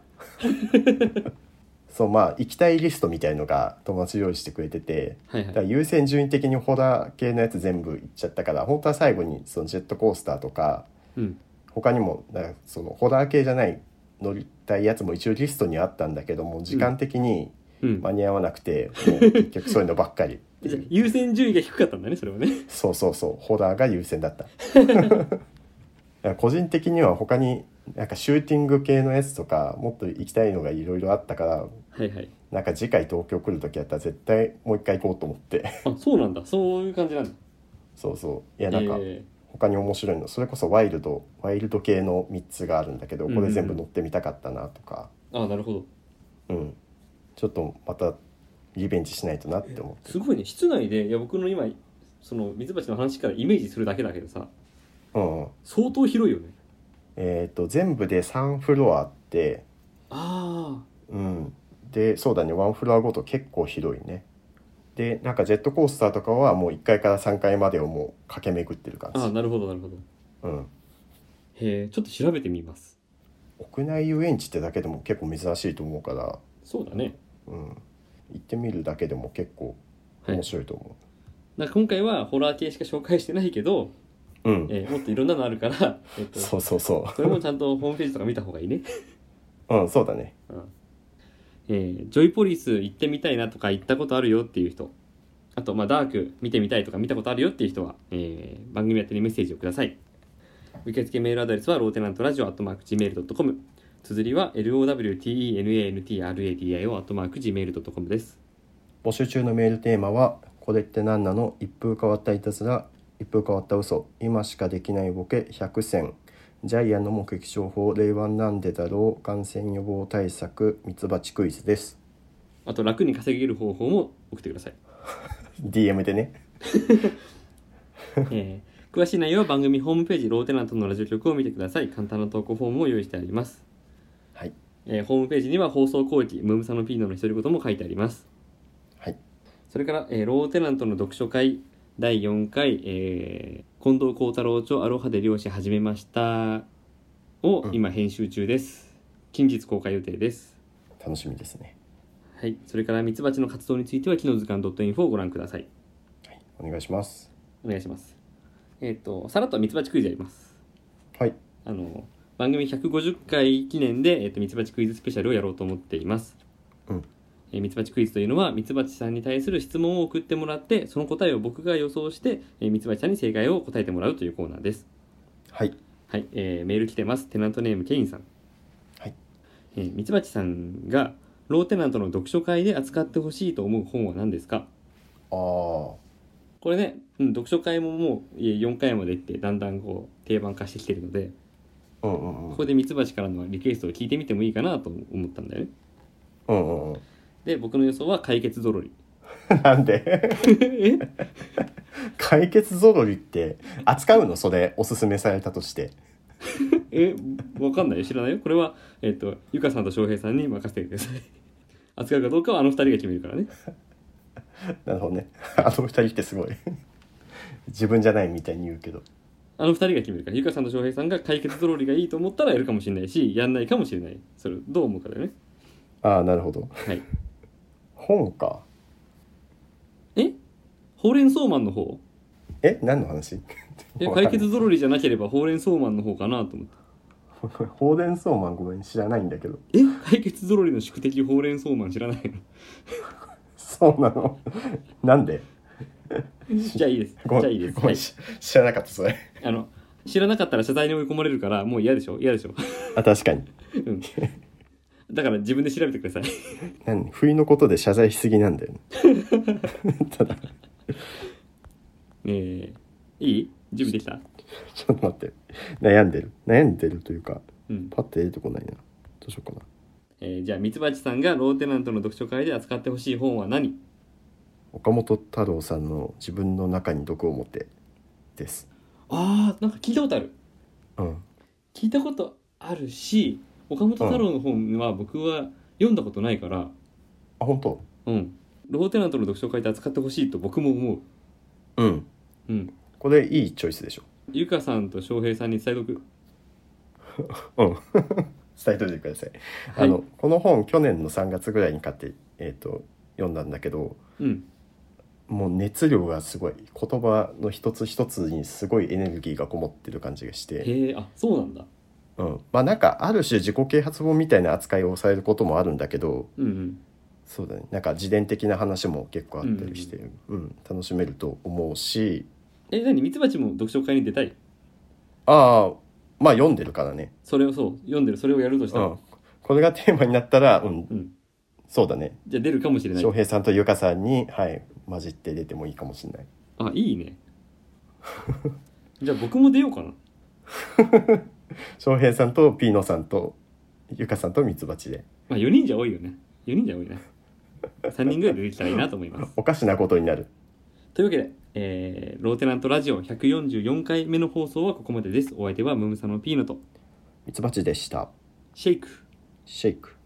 [SPEAKER 1] そうまあ行きたいリストみたいのが友達用意してくれてて
[SPEAKER 2] はい
[SPEAKER 1] だ
[SPEAKER 2] は
[SPEAKER 1] から
[SPEAKER 2] い
[SPEAKER 1] 優先順位的にホラー系のやつ全部いっちゃったから本当は最後にそのジェットコースターとか
[SPEAKER 2] うん
[SPEAKER 1] 他にもだからそのホラー系じゃない乗りたいやつも一応リストにはあったんだけども時間的に
[SPEAKER 2] うん
[SPEAKER 1] 間に合わなくて、もう結局そういうのばっかり
[SPEAKER 2] じゃあ優先順位が低かったんだねそれはね
[SPEAKER 1] そうそうそうホラーが優先だっただから個人的には他になんかシューティング系のやつとかもっと行きたいのがいろいろあったから
[SPEAKER 2] はいはい
[SPEAKER 1] なんか次回東京来る時やったら絶対もう一回行こうと思って [LAUGHS]
[SPEAKER 2] あそうなんだそういう感じなんだ
[SPEAKER 1] そうそういやなんか、
[SPEAKER 2] え
[SPEAKER 1] 他に面白いのそれこそワイルドワイルド系の3つがあるんだけどこれ全部乗ってみたかったなとか、
[SPEAKER 2] ーあなるほど
[SPEAKER 1] うんちょっとまたリベンジしないとなって思
[SPEAKER 2] すごいね室内でいや僕の今そのミツバチの話からイメージするだけだけどさ
[SPEAKER 1] う、うんうん、
[SPEAKER 2] 相当広いよね
[SPEAKER 1] えっ、と全部で3フロアあって
[SPEAKER 2] あ
[SPEAKER 1] うんでそうだね1フロアごと結構広いねでなんかジェットコースターとかはもう1階から3階までをもう駆け巡ってる感
[SPEAKER 2] あああ
[SPEAKER 1] じ、
[SPEAKER 2] なるほどなるほど
[SPEAKER 1] うん、
[SPEAKER 2] へえちょっと調べてみます
[SPEAKER 1] 屋内遊園地ってだけでも結構珍しいと思うから、
[SPEAKER 2] そうだね
[SPEAKER 1] うん、行ってみるだけでも結構
[SPEAKER 2] はい
[SPEAKER 1] 面白いと思
[SPEAKER 2] なんか今回はホラー系しか紹介してないけど、
[SPEAKER 1] う、うん
[SPEAKER 2] えーもっといろんなのあるから、えっと、
[SPEAKER 1] そうそうそう
[SPEAKER 2] それもちゃんとホームページとか見た方がいいね、
[SPEAKER 1] うんそうだね
[SPEAKER 2] うん、えージョイポリス行ってみたいなとか行ったことあるよっていう人あと、まあ、ダーク見てみたいとか見たことあるよっていう人は、えー番組宛てにメッセージをください受付メールアドレスはローテナントラジオアットマーク Gmail.com 綴りは LOWTENANTRADIO アットマーク Gmail.com です
[SPEAKER 1] 募集中のメールテーマは「これって何なの?」「一風変わったいたずら」「一風変わった嘘」「今しかできないボケ」「100選」「ジャイアンの目撃情報」「令和なんでだろう」「感染予防対策」「ミツバチクイズ」です
[SPEAKER 2] あと楽に稼げる方法も送ってください、
[SPEAKER 1] DM でね
[SPEAKER 2] えー詳しい内容は番組ホームページローテナントのラジオ局を見てください簡単な投稿フォームを用意してあります、
[SPEAKER 1] はい
[SPEAKER 2] えーホームページには放送後期ムームサノピーノの独り言も書いてあります
[SPEAKER 1] はい
[SPEAKER 2] それから、えーローテナントの読書会第4回、えー近藤幸太郎著アロハで漁師始めましたを
[SPEAKER 1] うん
[SPEAKER 2] 今編集中です、近日公開予定です
[SPEAKER 1] 楽しみですね
[SPEAKER 2] はい、それからミツバチの活動については木の図鑑 .info をご覧ください
[SPEAKER 1] はいお願いします
[SPEAKER 2] お願いしますえっ、とさらっとミツバチクイズやります
[SPEAKER 1] はい
[SPEAKER 2] あの番組150回記念で、えっとミツバチクイズスペシャルをやろうと思っています、
[SPEAKER 1] うん
[SPEAKER 2] えーミツバチクイズというのはミツバチさんに対する質問を送ってもらってその答えを僕が予想して、えーミツバチさんに正解を答えてもらうというコーナーです
[SPEAKER 1] はい
[SPEAKER 2] はい、えーメール来てますテナントネームケインさん
[SPEAKER 1] はい
[SPEAKER 2] えーミツバチさんがローテナントの読書会で扱ってほしいと思う本は何ですか
[SPEAKER 1] あー
[SPEAKER 2] これね、うん、読書会ももうえー4回まで行ってだんだんこう定番化してきてるので
[SPEAKER 1] うんうんうん
[SPEAKER 2] ここでミツバチからのリクエストを聞いてみてもいいかなと思ったんだよね
[SPEAKER 1] うんうんうん
[SPEAKER 2] で僕の予想は解決ぞろり [LAUGHS]
[SPEAKER 1] なんで [LAUGHS]
[SPEAKER 2] え
[SPEAKER 1] 解決ぞろりって扱うのそれおすすめされたとして
[SPEAKER 2] えわかんないよ知らないよこれはえっ、とゆかさんと翔平さんに任せてください [LAUGHS] 扱うかどうかはあの二人が決めるからね
[SPEAKER 1] なるほどね [LAUGHS] あの二人ってすごい [LAUGHS] 自分じゃないみたいに言うけど
[SPEAKER 2] あの二人が決めるからゆかさんと翔平さんが解決ぞろりがいいと思ったらやるかもしれないしやんないかもしれないそれどう思うかだよね
[SPEAKER 1] ああなるほど
[SPEAKER 2] はい
[SPEAKER 1] 本か
[SPEAKER 2] えほうれん草マンの方
[SPEAKER 1] え何の話
[SPEAKER 2] [LAUGHS] え
[SPEAKER 1] わか
[SPEAKER 2] 解
[SPEAKER 1] んない
[SPEAKER 2] 決ぞろりじゃなければほうれん草マンの方かなと思って
[SPEAKER 1] [LAUGHS] ほうれん草マンごめん知らないんだけど
[SPEAKER 2] え解決ぞろりの宿敵ほうれん草マン知らない
[SPEAKER 1] [LAUGHS]
[SPEAKER 2] の
[SPEAKER 1] そうなの [LAUGHS] なんで
[SPEAKER 2] じゃあいいですじ
[SPEAKER 1] ご
[SPEAKER 2] ゃ
[SPEAKER 1] め
[SPEAKER 2] あ
[SPEAKER 1] ん
[SPEAKER 2] いいです、
[SPEAKER 1] ご
[SPEAKER 2] は
[SPEAKER 1] めん
[SPEAKER 2] い、
[SPEAKER 1] し知らなかったそれ
[SPEAKER 2] あの知らなかったら謝罪に追い込まれるからもう嫌でしょ嫌でしょ、 [LAUGHS]
[SPEAKER 1] あ確かに
[SPEAKER 2] うん、だから自分で調べてください [LAUGHS]
[SPEAKER 1] 何不意のことで [LAUGHS] 謝罪しすぎなんだよ、ね、ただ
[SPEAKER 2] えー、いい準備できた
[SPEAKER 1] ちょっと待って悩んでる悩んでるというか
[SPEAKER 2] うん、
[SPEAKER 1] パッて出てこないなどうしようかな
[SPEAKER 2] えーじゃあミツバチさんがローテナントの読書会で扱ってほしい本は何
[SPEAKER 1] 岡本太郎さんの自分の中に毒を持ってです
[SPEAKER 2] あーなんか聞いたことある
[SPEAKER 1] うん
[SPEAKER 2] 聞いたことあるし岡本太郎の本は僕は読んだことないから
[SPEAKER 1] あ本当
[SPEAKER 2] うんローテナントの読書会で扱ってほしいと僕も思う
[SPEAKER 1] うん
[SPEAKER 2] うん
[SPEAKER 1] これいいチョイスでしょ
[SPEAKER 2] ゆかさんと翔平さんに伝えとく
[SPEAKER 1] うん伝えといてください、
[SPEAKER 2] はい
[SPEAKER 1] あのこの本去年の3月ぐらいに買って、えー、と読んだんだけど
[SPEAKER 2] うん
[SPEAKER 1] もう熱量がすごい言葉の一つ一つにすごいエネルギーがこもってる感じがして、
[SPEAKER 2] へえあそうなんだ
[SPEAKER 1] うん、まあなんかある種自己啓発本みたいな扱いをされることもあるんだけど
[SPEAKER 2] うんうん
[SPEAKER 1] そうだねなんか自伝的な話も結構あったりして、うん楽しめると思うし
[SPEAKER 2] え何ミツバチも読書会に出たい
[SPEAKER 1] ああまあ読んでるからね、
[SPEAKER 2] それをそう読んでるそれをやるとした
[SPEAKER 1] う
[SPEAKER 2] ら、
[SPEAKER 1] ん、これがテーマになったら、うん、
[SPEAKER 2] うん
[SPEAKER 1] そうだね
[SPEAKER 2] じゃあ出るかもしれない
[SPEAKER 1] 翔平さんとゆかさんに、はい、混じって出てもいいかもしれない。
[SPEAKER 2] あいいね [LAUGHS] じゃあ僕も出ようかな
[SPEAKER 1] 翔平さんとピーノさんとゆかさんとミツバチで
[SPEAKER 2] まあ4人じゃ多いよね4人じゃ多いね3人ぐらい出てきたらいいなと思います
[SPEAKER 1] おかしなことになる。
[SPEAKER 2] というわけで、えーローテナントラジオ144回目の放送はここまでですお相手はムムサノピーノと
[SPEAKER 1] ミツバチでした。
[SPEAKER 2] シェイク
[SPEAKER 1] シェイク。